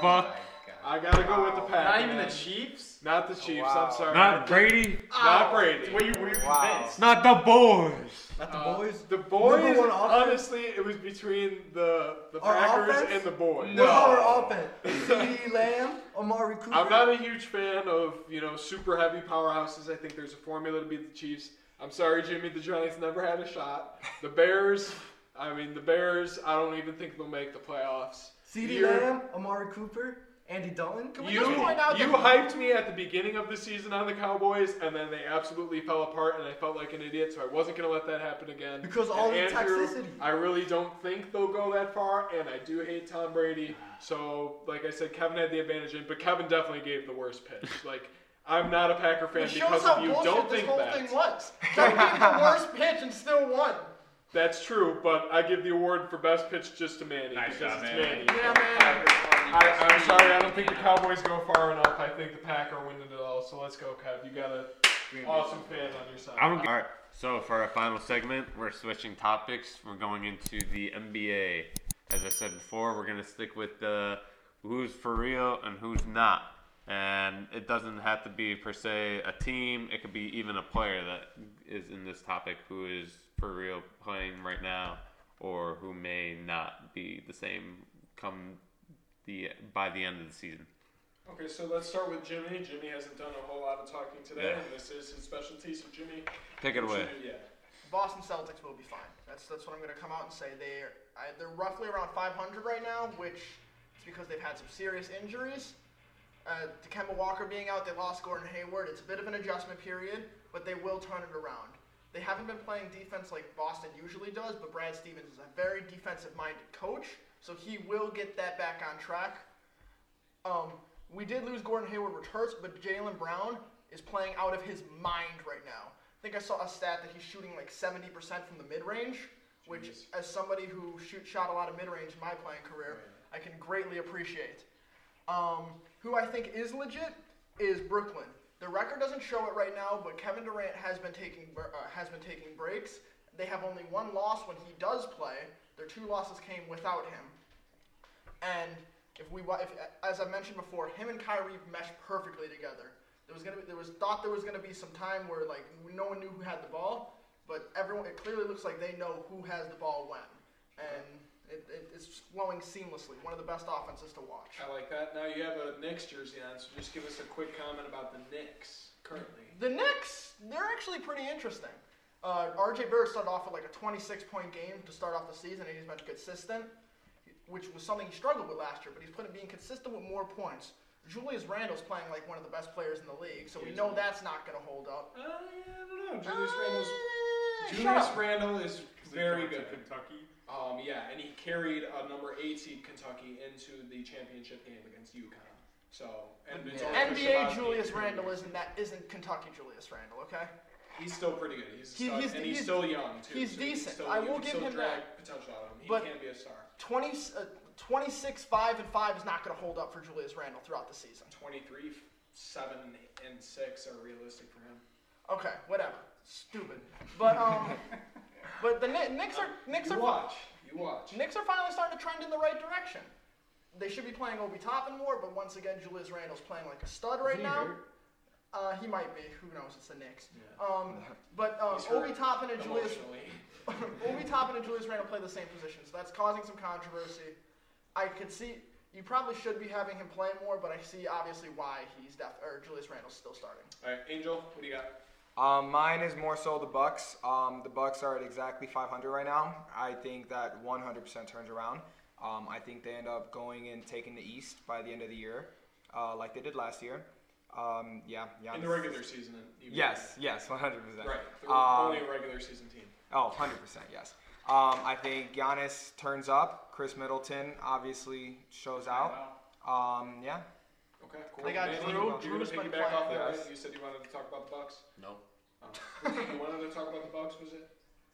S1: Fuck.
S4: I gotta go with the
S2: Not
S4: Packers.
S2: even the Chiefs.
S4: Not the Chiefs. I'm sorry.
S1: Not Brady.
S4: Not Brady.
S2: What you were you
S3: Wow.
S2: convinced?
S1: Not the boys.
S4: Uh,
S11: boys.
S4: The boys.
S17: Number one offense?
S4: Honestly, it was between the the
S17: Our
S4: Packers
S17: offense?
S4: and the boys.
S17: What's our offense? CeeDee Lamb, Amari Cooper.
S4: I'm not a huge fan of you know super heavy powerhouses. I think there's a formula to beat the Chiefs. I'm sorry, Jimmy. The Giants never had a shot. The Bears. I mean, the Bears. I don't even think they'll make the playoffs.
S17: CeeDee
S4: You're-
S17: Lamb, Amari Cooper, Andy Dalton. Can we
S4: You,
S17: just point out
S4: you
S17: that
S4: hyped me at the beginning of the season on the Cowboys, and then they absolutely fell apart, and I felt like an idiot, so I wasn't going to let that happen again.
S17: Because all
S4: And
S17: the toxicity.
S4: I really don't think they'll go that far, and I do hate Tom Brady. So, like I said, Kevin had the advantage in, but Kevin definitely gave the worst pitch. Like, I'm not a Packer fan
S10: It shows
S4: because
S10: how
S4: of you.
S10: bullshit
S4: Don't
S10: this
S4: think
S10: whole
S4: that.
S10: thing was. That would be the worst pitch and still won.
S4: That's true, but I give the award for best pitch just to Manny
S12: Nice
S4: because
S12: job,
S4: it's
S12: Manny.
S4: Manny.
S10: Yeah, man.
S4: I, I'm sorry, I don't think the Cowboys go far enough. I think the Packer win it all. So let's go, Kev. You got an awesome fan on your side.
S1: I don't. All right. So for our final segment, we're switching topics. We're going into the NBA. As I said before, we're gonna stick with the who's for real and who's not. And it doesn't have to be per se a team. It could be even a player that is in this topic who is for real playing right now, or who may not be the same come the by the end of the season.
S4: Okay, so let's start with Jimmy. Jimmy hasn't done a whole lot of talking today,
S1: Yeah.
S4: and this is his specialty. So Jimmy,
S1: Take it away.
S4: yeah.
S10: Boston Celtics will be fine. That's that's what I'm going to come out and say. They're I, they're roughly around 500 right now, which is because they've had some serious injuries. Uh, Kemba Walker being out, they lost Gordon Hayward. It's a bit of an adjustment period, but they will turn it around. They haven't been playing defense like Boston usually does, but Brad Stevens is a very defensive-minded coach, so he will get that back on track. Um, we did lose Gordon Hayward, which hurts, but Jalen Brown is playing out of his mind right now. I think I saw a stat that he's shooting like 70% from the mid range, which, as somebody who shoot, shot a lot of mid range in my playing career, I can greatly appreciate. Um, who I think is legit is Brooklyn. The record doesn't show it right now, but Kevin Durant has been taking br- uh, has been taking breaks. They have only one loss when he does play. Their two losses came without him. And if we, wa- if, as I mentioned before, him and Kyrie meshed perfectly together. There was gonna be, there was thought there was gonna be some time where like no one knew who had the ball, but everyone it clearly looks like they know who has the ball when, and it, it, it's flowing seamlessly. One of the best offenses to watch.
S4: I like that. Now you have a Knicks jersey on, so just give us a quick comment about the Knicks currently.
S10: The Knicks, they're actually pretty interesting. Uh, RJ Barrett started off with like a 26 point game to start off the season, and he's been consistent, which was something he struggled with last year, but he's put being consistent with more points. Julius Randle's playing like one of the best players in the league, so we know that's not going to hold up.
S4: Uh, I don't know. Julius Randle's
S10: Eh, Uh, shut
S4: Julius
S10: up.
S4: Randle is very good.
S12: Kentucky.
S4: Um, yeah, and he carried a number eight seed Kentucky into the championship game against UConn. So and it's all
S10: NBA
S4: Shabazz
S10: Julius
S4: being-
S10: Randle isn't that isn't Kentucky Julius Randle, okay?
S4: He's still pretty good. He's a
S10: He-
S4: stud,
S10: he's-
S4: and he's,
S10: he's-
S4: still young too.
S10: he's
S4: so you can
S10: decent.
S4: Still,
S10: I
S4: you
S10: will
S4: can
S10: give
S4: still
S10: him
S4: drag
S10: that.
S4: Potential out of him. He
S10: But-
S4: can be a star.
S10: 20, uh, 26, 5, and 5 is not going to hold up for Julius Randle throughout the season.
S4: 23, 7, and 6 are realistic for him.
S10: Okay, whatever. Stupid. But um, but the Kni- Knicks are Knicks
S4: you
S10: are
S4: watch. You watch.
S10: Knicks are finally starting to trend in the right direction. They should be playing Obi Toppin more, but once again, Julius Randle's playing like a stud right
S11: he
S10: now.
S11: hurt?
S10: Uh, he might be. Who knows? It's the Knicks. Um, but um,
S4: He's hurt
S10: Obi Toppin and Julius
S4: emotionally.
S10: Obi Toppin and Julius Randle play the same position, so that's causing some controversy. I could see you probably should be having him play more, but I see obviously why he's def- or Julius Randle's still starting.
S4: All right, Angel, what do you got?
S3: Um, mine is more so the Bucks. Um, the Bucks are at exactly 500 right now. I think that 100% turns around. Um, I think they end up going and taking the East by the end of the year, uh, like they did last year. Um, yeah, yeah.
S4: In the regular season. and you-
S3: Yes, yes, 100%.
S4: Right. They're
S3: Um,
S4: only a regular season team.
S3: Oh, 100%, yes. Um, I think Giannis turns up. Chris Middleton obviously shows out. Um, yeah.
S4: Okay, cool.
S10: They got
S4: Anthony,
S10: Drew.
S4: You're gonna
S10: Drew's been
S4: piggyback off that,
S3: Yes.
S4: right? You said you wanted to talk about the Bucks.
S11: No.
S4: Oh. you wanted to talk about the Bucks, was it?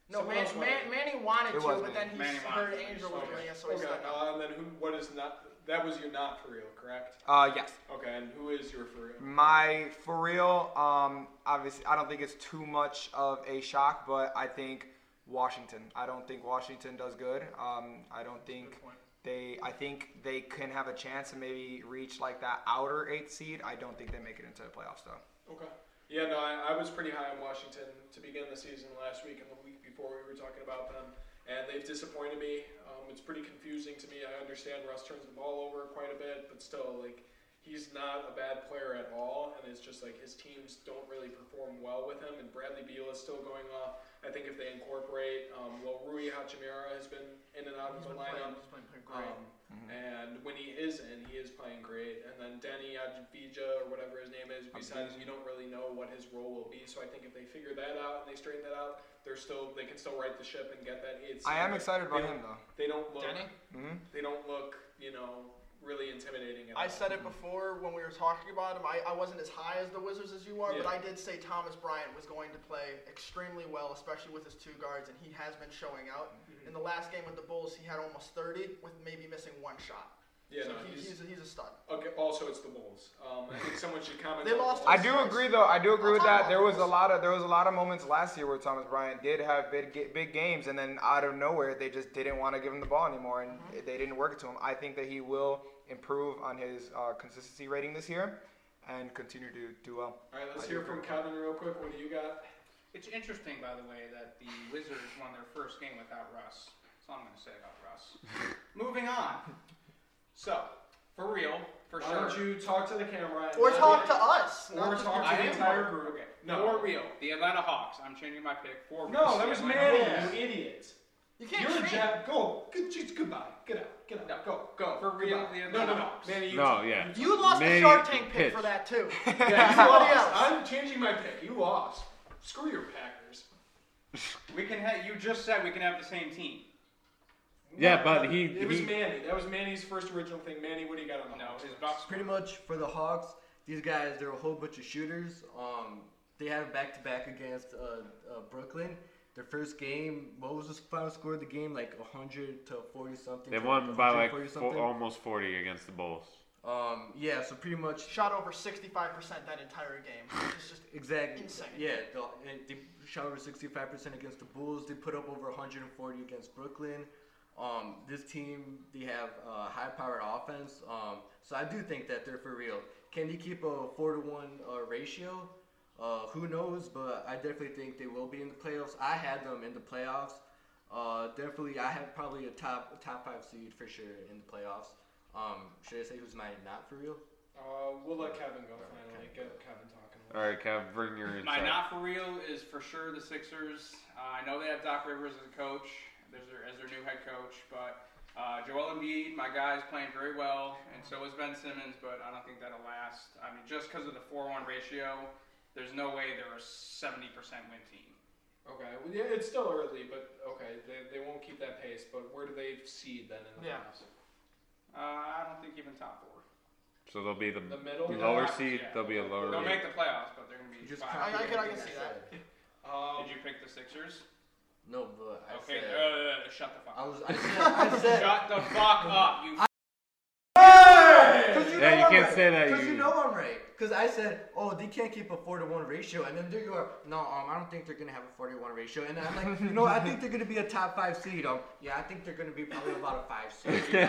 S10: No,
S4: Someone
S10: Man,
S4: else wanted
S10: Man,
S4: to-
S10: Manny wanted
S3: It
S10: to,
S3: was
S10: but then he
S8: Manny wanted
S10: heard
S8: to.
S10: Angel was doing it, so he
S4: Okay,
S10: stuck up.
S4: uh, and then who? What is not? That was your not for real, correct?
S3: Uh, yes.
S4: Okay, and who is your for real?
S3: My for real, um, obviously, I don't think it's too much of a shock, but I think Washington. I don't think Washington does good. Um, I don't think they. I think they can have a chance and maybe reach like that outer eighth seed. I don't think they make it into the playoffs though.
S4: Okay. Yeah, no, I, I was pretty high on Washington to begin the season last week and the week before we were talking about them, and they've disappointed me. Um, it's pretty confusing to me. I understand Russ turns the ball over quite a bit, but still, like, he's not a bad player at all, and it's just like his teams don't really perform well with him, and Bradley Beal is still going off. I think if they incorporate, um, well, Rui Hachimura has been in and out of
S10: He's
S4: the
S10: been
S4: lineup.
S10: playing, he's been playing great.
S4: Um,
S3: Mm-hmm.
S4: And when he is in, he is playing great. And then Danny Advija or whatever his name is, besides we don't really know what his role will be. So I think if they figure that out and they straighten that out, they're still they can still right the ship and get that eight. seed.
S3: I am excited
S4: They
S3: about him
S4: don't-
S3: though.
S4: They don't look.
S10: Danny?
S3: hmm
S4: They don't look. You know, really intimidating. At
S10: I
S4: all.
S10: said it before when we were talking about him. I, I wasn't as high as the Wizards as you are, but
S4: Yeah.
S10: I did say Thomas Bryant was going to play extremely well, especially with his two guards, and he has been showing out.
S4: Mm-hmm.
S10: In the last game with the Bulls, he had almost 30 with maybe missing one shot.
S4: Yeah,
S10: so
S4: no,
S10: he-
S4: he's-
S10: he's, a, he's a stud.
S4: Okay. Also, it's the Bulls. Um, I think someone should comment.
S10: They
S4: on the
S10: lost
S4: Bulls.
S3: I do agree though. I do agree with that. There was a lot of there was a lot of moments last year where Thomas Bryant did have big big games, and then out of nowhere they just didn't want to give him the ball anymore, and they didn't work it to him. I think that he will improve on his uh, consistency rating this year, and continue to do well.
S4: All right, let's
S3: I
S4: hear
S3: do
S4: from
S3: agree.
S4: Kevin real quick. What do you got?
S8: It's interesting, by the way, that the Wizards won their first game without Russ. That's all I'm going to say about Russ. Moving on. So, for real, for
S4: Why
S8: sure.
S4: don't you talk to the camera? and
S10: Or
S4: let
S10: talk
S4: me-
S10: to us.
S4: Or
S10: not just
S4: talk
S10: the
S4: to
S8: I
S4: the
S8: am
S10: team.
S4: entire
S8: talking-
S4: group.
S8: Okay.
S4: No.
S8: For real, the Atlanta Hawks. I'm changing my pick. For
S4: No, that was
S8: man.
S4: Manny, you idiot.
S10: You can't
S4: You're a
S10: change-
S4: jab. Go. Good, just goodbye. Get out. Get out.
S8: No,
S4: go.
S8: go. For real,
S4: Goodbye.
S8: the
S4: No, no,
S8: Atlanta
S4: no.
S8: Hawks.
S4: Manny, you.
S1: No, yeah.
S10: You lost the
S1: May
S10: Shark Tank pick
S1: pitch.
S10: for that, too.
S4: Yeah, you
S10: Somebody
S4: lost.
S10: else.
S4: I'm changing my pick. You lost. Screw your Packers.
S8: We can have. You just said we can have the same team.
S1: Yeah, but he-
S4: It was
S1: he-
S4: Manny. That was Manny's first original thing. Manny, what do you got on the
S8: No,
S4: Hawks?
S8: his Bucks.
S11: Pretty much for the Hawks, these guys, they're a whole bunch of shooters. Um, they had a back to back against uh, uh, Brooklyn. Their first game, what was the final score of the game? Like 100 to 40 something.
S1: They won by like
S11: 140
S1: four, um, almost 40 against the Bulls.
S11: Um, yeah, so pretty much.
S10: Shot over 65% that entire game. It's just
S11: Exactly.
S10: Insane.
S11: Yeah, the, and they shot over 65% against the Bulls. They put up over 140 against Brooklyn. Um, this team, they have uh, high-powered offense. Um, so I do think that they're for real. Can they keep a four-to-one uh, ratio? Uh, who knows? But I definitely think they will be in the playoffs. I had them in the playoffs. Uh, definitely, I have probably a top top five seed for sure in the playoffs. Um, should I say who's my not for real?
S4: Uh, we'll let Kevin go finally. Get Kevin talking.
S1: All right, Kev, bring your
S8: My
S1: insight.
S8: not for real is for sure the Sixers. Uh, I know they have Doc Rivers as a coach, as their, as their new head coach, but uh, Joel Embiid, my guy, is playing very well, and so is Ben Simmons, but I don't think that'll last. I mean, just because of the 4 1 ratio, there's no way they're a 70% win team.
S4: Okay. Well, yeah, it's still early, but okay. They, they won't keep that pace. But where do they seed then? In the
S10: Yeah.
S4: playoffs?
S8: Uh, I don't think even top four.
S1: So they'll be the,
S4: The middle?
S1: lower
S8: Yeah.
S1: seed. They'll be a lower.
S8: They'll
S1: seed.
S8: make the playoffs, but they're going to be
S11: You just
S8: five.
S10: I- I can- I
S11: copy
S10: can
S11: everything
S10: see that.
S11: said.
S8: Did you pick the Sixers?
S11: No, but I
S8: Okay,
S11: said-
S8: uh, shut the fuck
S11: I was. I said.
S8: up.
S11: I said
S8: shut the fuck up, you.
S11: you
S1: Yeah,
S11: know
S1: you
S11: I'm
S1: can't
S11: right.
S1: say that,
S11: Because
S1: you-
S11: you know I'm right. Because I said, oh, they can't keep a 4 to 1 ratio. And then there you are, no, um, I don't think they're going to have a 4 to 1 ratio. And I'm like, you know, I think they're going to be a top 5 seed. Um, yeah, I think they're going to be probably about a 5 seed.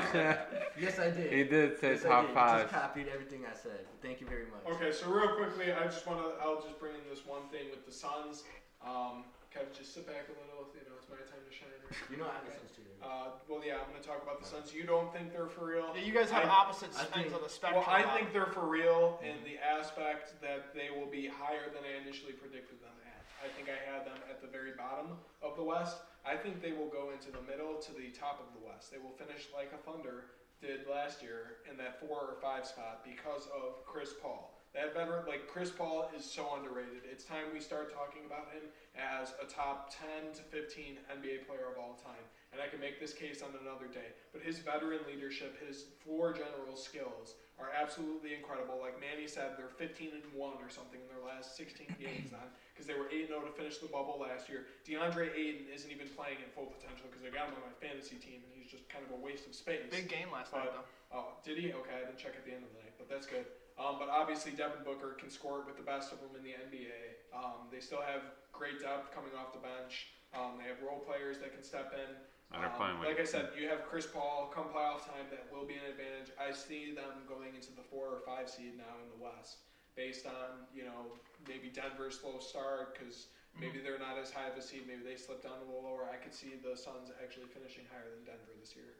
S11: yes, I did.
S1: He did say
S11: yes, I
S1: top
S11: did. You
S1: five.
S11: just copied everything I said. Thank you very much.
S4: Okay, so real quickly, I just want to. I'll just bring in this one thing with the Suns. Um, Kevin, just sit back a little. You know, it's my time to shine.
S11: You know I have the Suns too.
S4: Uh, well, yeah, I'm going to talk about the Suns. You don't think they're for real?
S10: Yeah, you guys have
S4: I-
S10: opposite
S4: I
S10: ends
S4: think-
S10: of the
S4: Well,
S10: spectrum.
S4: I
S10: on-
S4: think they're for real in
S10: Mm-hmm.
S4: the aspect that they will be higher than I initially predicted them at. I think I had them at the very bottom of the West. I think they will go into the middle to the top of the West. They will finish like a Thunder did last year in that four or five spot because of Chris Paul. That better like Chris Paul is so underrated. It's time we start talking about him as a top 10 to 15 NBA player of all time. And I can make this case on another day. But his veteran leadership, his floor general skills are absolutely incredible. Like Manny said, they're 15 and 1 or something in their last 16 games on because they were 8 0 to finish the bubble last year. DeAndre Ayton isn't even playing at full potential because I got him on my fantasy team and he's just kind of a waste of space.
S10: Big game last
S4: But-
S10: night, though.
S4: Oh, did he? Okay, I didn't check at the end of the night, but that's good. Um, but obviously, Devin Booker can score with the best of them in the NBA. Um, they still have great depth coming off the bench. Um, they have role players that can step in.
S1: And they're
S4: Um,
S1: playing with-
S4: like I said, you have Chris Paul come playoff time. That will be an advantage. I see them going into the four or five seed now in the West, based on you know maybe Denver's slow start because
S1: Mm-hmm.
S4: maybe they're not as high of a seed. Maybe they slipped down a little lower. I could see the Suns actually finishing higher than Denver this year.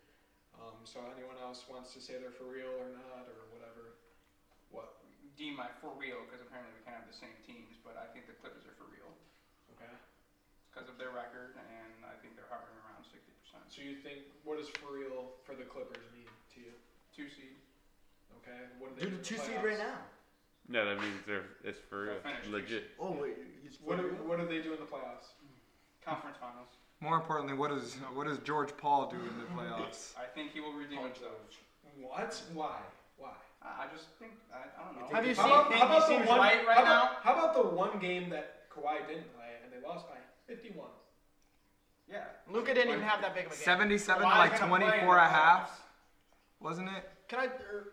S4: Um, so anyone else wants to say they're for real or not or whatever, what?
S8: Deem my for real because apparently we can't have the same teams, but I think the Clippers are for real
S4: Okay.
S8: because of their record, and I think they're hovering around sixty percent.
S4: So you think what does for real for the Clippers mean to you?
S8: Two seed.
S4: Okay. What do they do
S11: They're the
S4: in
S11: two seed
S4: playoffs?
S11: right now.
S1: No, that means they're it's for real,
S8: Finish.
S1: legit.
S11: Oh, wait.
S4: What do, what do they do in the playoffs?
S8: Conference finals.
S3: More importantly, what does what does George Paul do in the playoffs?
S8: I think he will redeem himself.
S4: What? Why? Why?
S8: I I just think I, I don't know.
S10: Have you
S8: He
S10: seen-
S4: How about,
S8: seems-
S4: how about
S8: he
S4: the
S8: seems
S4: one?
S8: right right
S4: how,
S8: now?
S4: about, how about the one game that Kawhi didn't play and they lost by 51?
S8: Yeah.
S10: Luca didn't even have that big of a game.
S3: 77 to
S8: Kawhi's
S3: like
S8: gonna play in
S3: 24
S8: the
S3: and a half,
S8: playoffs.
S3: wasn't it?
S10: Can I? Er, er,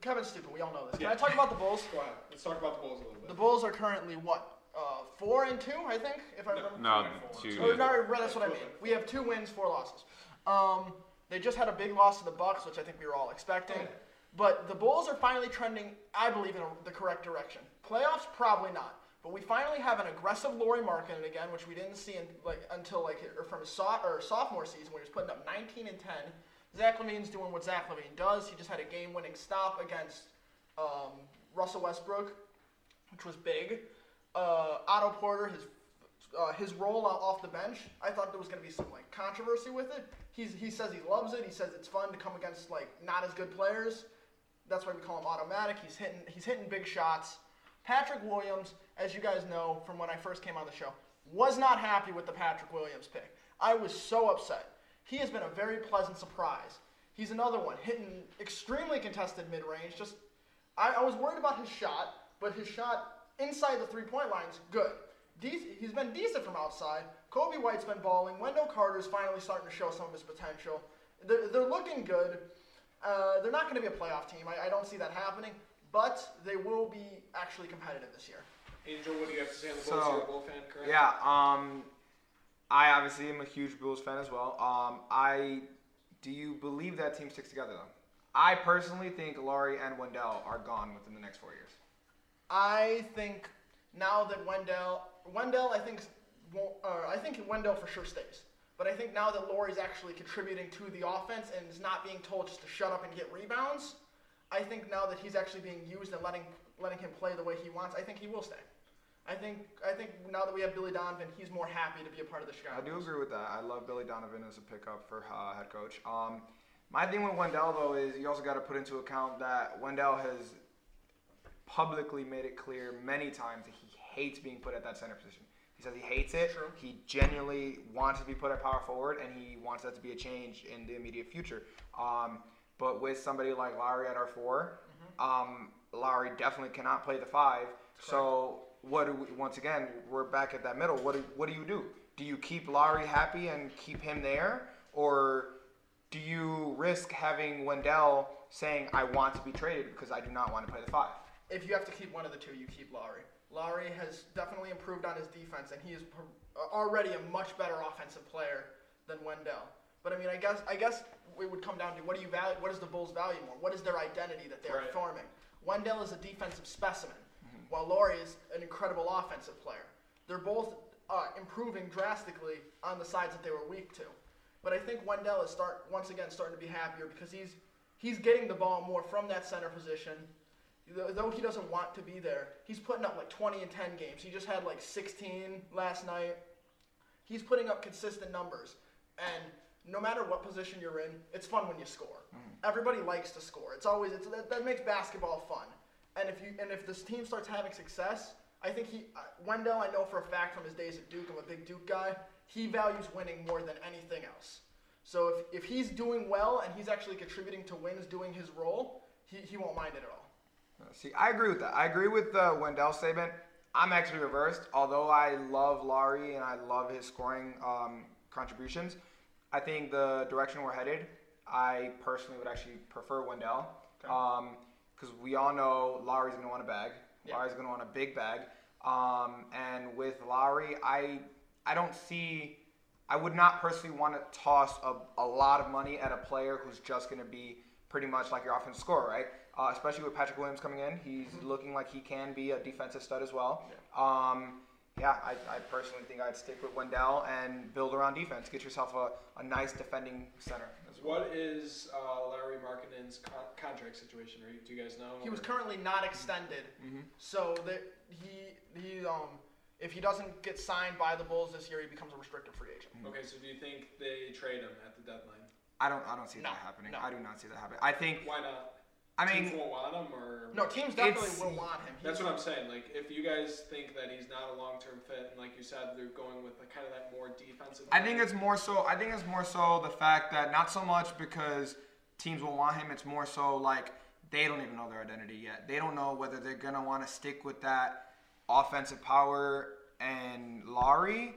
S10: Kevin's stupid. We all know this. Can
S4: Yeah.
S10: I talk about the Bulls?
S4: Go ahead. Let's talk about the Bulls a little bit.
S10: The Bulls are currently what? Uh, four and two, I think, if I remember.
S1: No,
S10: Or,
S1: two.
S10: no, right, that's what I mean. We have two wins, four losses. Um, they just had a big loss to the Bucks, which I think we were all expecting. But the Bulls are finally trending, I believe, in a, the correct direction. Playoffs, probably not. But we finally have an aggressive Laurie Markkinen again, which we didn't see in, like until like or from his so- or sophomore season when he was putting up 19 and 10. Zach Levine's doing what Zach Levine does. He just had a game-winning stop against um, Russell Westbrook which was big. Uh, Otto Porter, his uh, his role out off the bench, I thought there was going to be some like controversy with it. He's, he says he loves it. He says it's fun to come against like not as good players. That's why we call him automatic. He's hitting he's hitting big shots. Patrick Williams, as you guys know from when I first came on the show, was not happy with the Patrick Williams pick. I was so upset. He has been a very pleasant surprise. He's another one hitting extremely contested mid range. Just I, I was worried about his shot, but his shot inside the three point line's good. De- he's been decent from outside. Kobe White's been balling. Wendell Carter's finally starting to show some of his potential. They're, they're looking good. Uh, they're not going to be a playoff team. I, I don't see that happening, but they will be actually competitive this year.
S4: Angel, what do you have to say on the Bulls?
S3: So,
S4: You're a Bull fan, correct?
S3: Yeah, um, I obviously am a huge Bulls fan as well. Um, I do you believe that team sticks together though? I personally think Laurie and Wendell are gone within the next four years.
S10: I think now that Wendell, Wendell, I think, won't, uh, I think Wendell for sure stays. But I think now that Laurie's actually contributing to the offense and is not being told just to shut up and get rebounds, I think now that he's actually being used and letting letting him play the way he wants, I think he will stay. I think I think now that we have Billy Donovan, he's more happy to be a part of the Chicago.
S3: I do
S10: Bulls.
S3: agree with that. I love Billy Donovan as a pickup for uh, head coach. Um, my thing with Wendell though is you also got to put into account that Wendell has publicly made it clear many times that he hates being put at that center position. He says he hates it.
S10: True.
S3: He genuinely wants to be put at power forward, and he wants that to be a change in the immediate future. Um, but with somebody like Lowry at our 4 um, Lowry definitely cannot play the five. So what do we, once again we're back at that middle. What do, what do you do? Do you keep Lowry happy and keep him there, or do you risk having Wendell saying I want to be traded because I do not want to play the five?
S10: If you have to keep one of the two, you keep Lowry. Lowry has definitely improved on his defense, and he is pr- already a much better offensive player than Wendell. But I mean, I guess I guess it would come down to what do you value? What does the Bulls value more? What is their identity that they're forming? Wendell is a defensive specimen, while Lowry is an incredible offensive player. They're both uh, improving drastically on the sides that they were weak to. But I think Wendell is start once again starting to be happier because he's he's getting the ball more from that center position. Though though he doesn't want to be there, he's putting up like 20 and 10 games. He just had like 16 last night. He's putting up consistent numbers, and no matter what position you're in, it's fun when you score. Everybody likes to score. It's always it's, that, that makes basketball fun. And if you and if this team starts having success, I think he uh, Wendell. I know for a fact from his days at Duke. I'm a big Duke guy. He values winning more than anything else. So if, if he's doing well and he's actually contributing to wins, doing his role, he, he won't mind it at all.
S3: See, I agree with that. I agree with the Wendell statement. I'm actually reversed. Although I love Laurie and I love his scoring um, contributions, I think the direction we're headed, I personally would actually prefer Wendell. Because we all know Lowry's going to want a bag.
S10: Yeah.
S3: Lowry's going to want a big bag. Um, and with Lowry, I, I don't see. I would not personally want to toss a, a lot of money at a player who's just going to be pretty much like your offensive scorer, right? Uh, especially with Patrick Williams coming in, he's looking like he can be a defensive stud as well. Yeah, um, yeah I, I personally think I'd stick with Wendell and build around defense. Get yourself a, a nice defending center as well.
S4: What is uh, Larry Markkinen's con- contract situation? Are you, do you guys know?
S10: He was
S4: or-
S10: currently not extended,
S4: Mhm.
S10: so that he he um if he doesn't get signed by the Bulls this year, he becomes a restricted free agent.
S4: Okay, so do you think they trade him at the deadline?
S3: I don't, I don't see that happening. I do not see that happening. I think.
S4: Why not?
S3: I
S4: Teams
S3: mean-
S4: won't want him, or
S10: No, teams definitely It's- will want him.
S4: That's
S10: He's-
S4: what I'm saying. Like, if you guys think that he's not a long-term fit, and like you said, they're going with like, kind of that more defensive.
S3: I think it's more so. I think it's more so the fact that not so much because teams will want him. It's more so like they don't even know their identity yet. They don't know whether they're gonna want to stick with that offensive power and Laurie,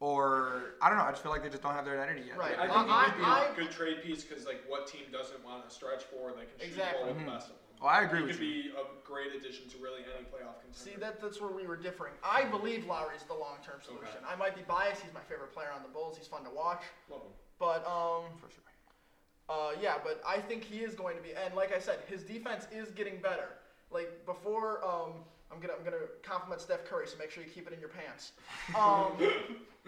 S3: or I don't know. I just feel like they just don't have their identity yet.
S4: I think he would be a good trade piece because like, what team doesn't want a stretch forward that can shoot
S10: Exactly.
S4: the ball with
S3: Mhm.
S4: the best of them?
S3: Oh, I agree
S4: He
S3: with
S4: could be a great addition to really any playoff contender.
S10: See, that, that's where we were differing. I believe Lowry's the long-term solution. I might be biased. He's my favorite player on the Bulls. He's fun to watch.
S4: Love him.
S10: But um,
S3: for sure.
S10: Uh, yeah, but I think he is going to be, and like I said, his defense is getting better. Like before, um, I'm gonna I'm gonna compliment Steph Curry, so make sure you keep it in your pants. Um,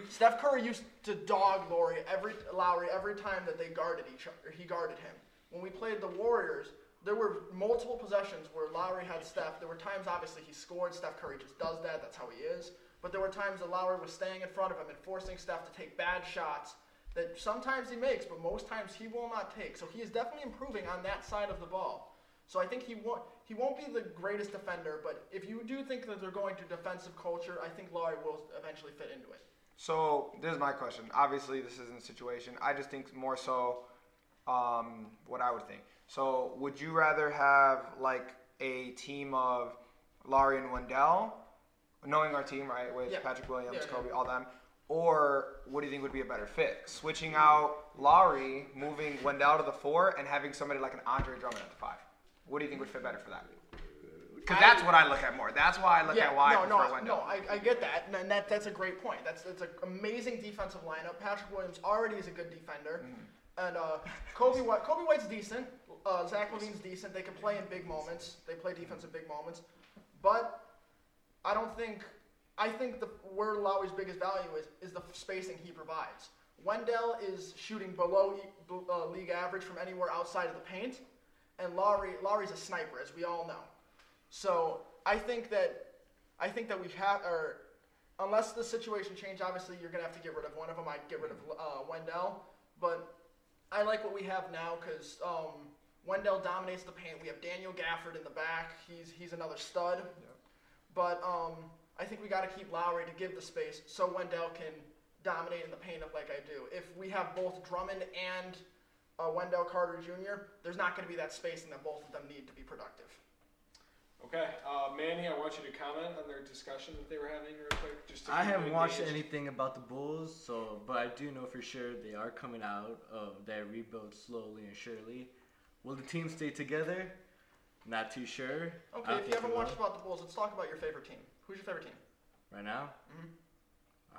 S10: Steph Curry used to dog Lowry every Lowry every time that they guarded each other. He guarded him. When we played the Warriors, there were multiple possessions where Lowry had Steph. There were times, obviously, he scored. Steph Curry just does that. That's how he is. But there were times that Lowry was staying in front of him and forcing Steph to take bad shots that sometimes he makes, but most times he will not take. So he is definitely improving on that side of the ball. So I think he won't he won't be the greatest defender, but if you do think that they're going to defensive culture, I think Lowry will eventually fit into it.
S3: So this is my question. Obviously, this isn't a situation. I just think more so um, what I would think. So would you rather have like a team of Laurie and Wendell, knowing our team right with
S15: Yeah.
S3: Patrick Williams,
S15: Yeah, yeah.
S3: Kobe, all them, or what do you think would be a better fit? Switching out Laurie, moving Wendell to the four, and having somebody like an Andre Drummond at the five. What do you think would fit better for that? Because that's what I look at more. That's why I look at why I
S10: no,
S3: prefer
S10: no,
S3: Wendell.
S10: no, I, I get that, and that that's a great point. That's that's an amazing defensive lineup. Patrick Williams already is a good defender, and uh, Kobe White, Kobe White's decent. Uh, Zach Levine's decent. They can play in big moments. They play defense in big moments, but I don't think I think the where Lowry's biggest value is is the spacing he provides. Wendell is shooting below e- b- uh, league average from anywhere outside of the paint, and Lowry Lowry's a sniper, as we all know. So I think that I think that we have, or unless the situation changed, obviously you're gonna have to get rid of one of them. I'd get rid of uh, Wendell, but I like what we have now because um, Wendell dominates the paint. We have Daniel Gafford in the back. He's he's another stud. But um, I think we got to keep Lowry to give the space so Wendell can dominate in the paint up like I do. If we have both Drummond and uh, Wendell Carter Jr., there's not going to be that spacing that both of them need to be productive.
S4: Okay, uh, Manny, I want you to comment on their discussion that they were having real quick. Just to
S11: I
S4: keep it
S11: haven't watched
S4: engaged.
S11: anything about the Bulls, so but I do know for sure they are coming out of that rebuild slowly and surely. Will the team stay together? Not too sure. I
S10: Okay,
S11: don't
S10: if you
S11: think
S10: haven't
S11: we
S10: watched
S11: will.
S10: about the Bulls, let's talk about your favorite team. Who's your favorite team?
S11: right now,
S10: Mhm.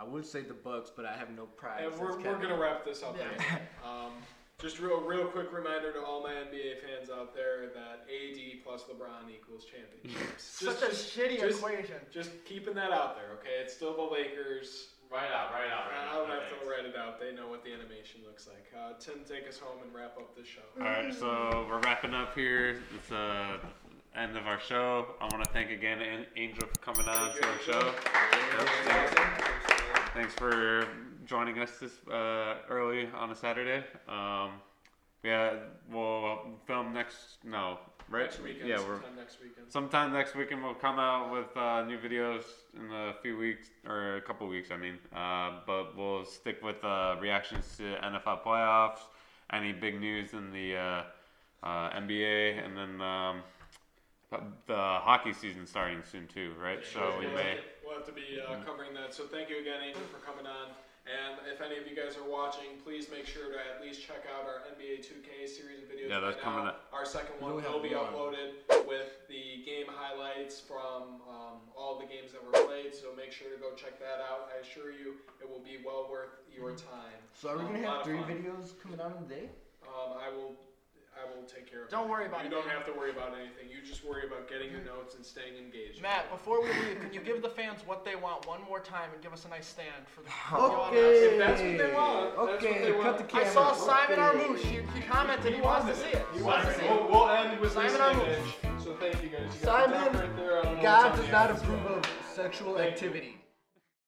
S11: I would say the Bucks, but I have no pride.
S4: And
S11: since
S4: Mm-hmm. we're, we're
S11: Kevin-
S4: gonna wrap this up.
S11: Yeah.
S4: here. Um, just real real quick reminder to all my NBA fans out there that AD plus LeBron equals championships.
S10: Such a shitty equation.
S4: Just keeping that out there, okay? It's still the Lakers.
S2: Right out, right out, right out.
S4: I don't have
S2: Thanks.
S4: to write it out. They know what the animation looks like. Uh, Tim, take us home and wrap up this show.
S1: All right, so we're wrapping up here. It's uh, end of our show. I want to thank again An- Angel for coming on to our show. Yep, Thanks for joining us this uh, early on a Saturday. Um, yeah, we'll film next. No, right?
S4: Next weekend,
S1: yeah, we're
S4: sometime next weekend.
S1: Sometime next weekend we'll come out with uh, new videos in a few weeks or a couple weeks, I mean. Uh, but we'll stick with uh, reactions to NFL playoffs, any big news in the uh, uh, NBA, and then um, the hockey season starting soon too, right? So we
S4: we'll
S1: may.
S4: Have to, we'll have to be uh, covering that. So thank you again, Angel, for coming on. And if any of you guys are watching, please make sure to at least check out our NBA 2K series of videos.
S1: Yeah, that's
S4: right
S1: coming
S4: now.
S1: up.
S4: Our second
S1: We
S4: one
S1: only
S4: will be
S1: have one.
S4: uploaded with the game highlights from um, all the games that were played. So make sure to go check that out. I assure you, it will be well worth your time.
S11: Mm-hmm. So are we
S4: Um, a
S11: gonna
S4: lot
S11: have
S4: of
S11: three
S4: fun.
S11: videos coming out in a day?
S4: Um, I will. I will take care of.
S10: Don't worry about
S4: you
S10: it,
S4: You don't
S10: man.
S4: have to worry about anything. You just worry about getting your notes and staying engaged.
S10: Matt, before we leave, can you give the fans what they want one more time and give us a nice stand for the
S11: Okay.
S4: If that's what they want, that's what
S11: Okay,
S4: they
S11: cut
S4: want.
S11: the
S10: I saw
S11: Cameron,
S10: Simon
S11: okay.
S10: Armouche. He, he commented he wants to see it. He wants to see
S4: We'll,
S10: it.
S4: we'll end with
S10: Simon
S4: this
S10: Armouche.
S4: image. So thank you guys. You got the
S11: Simon,
S4: duck right there on one
S11: God
S4: time.
S11: does not approve of sexual activity.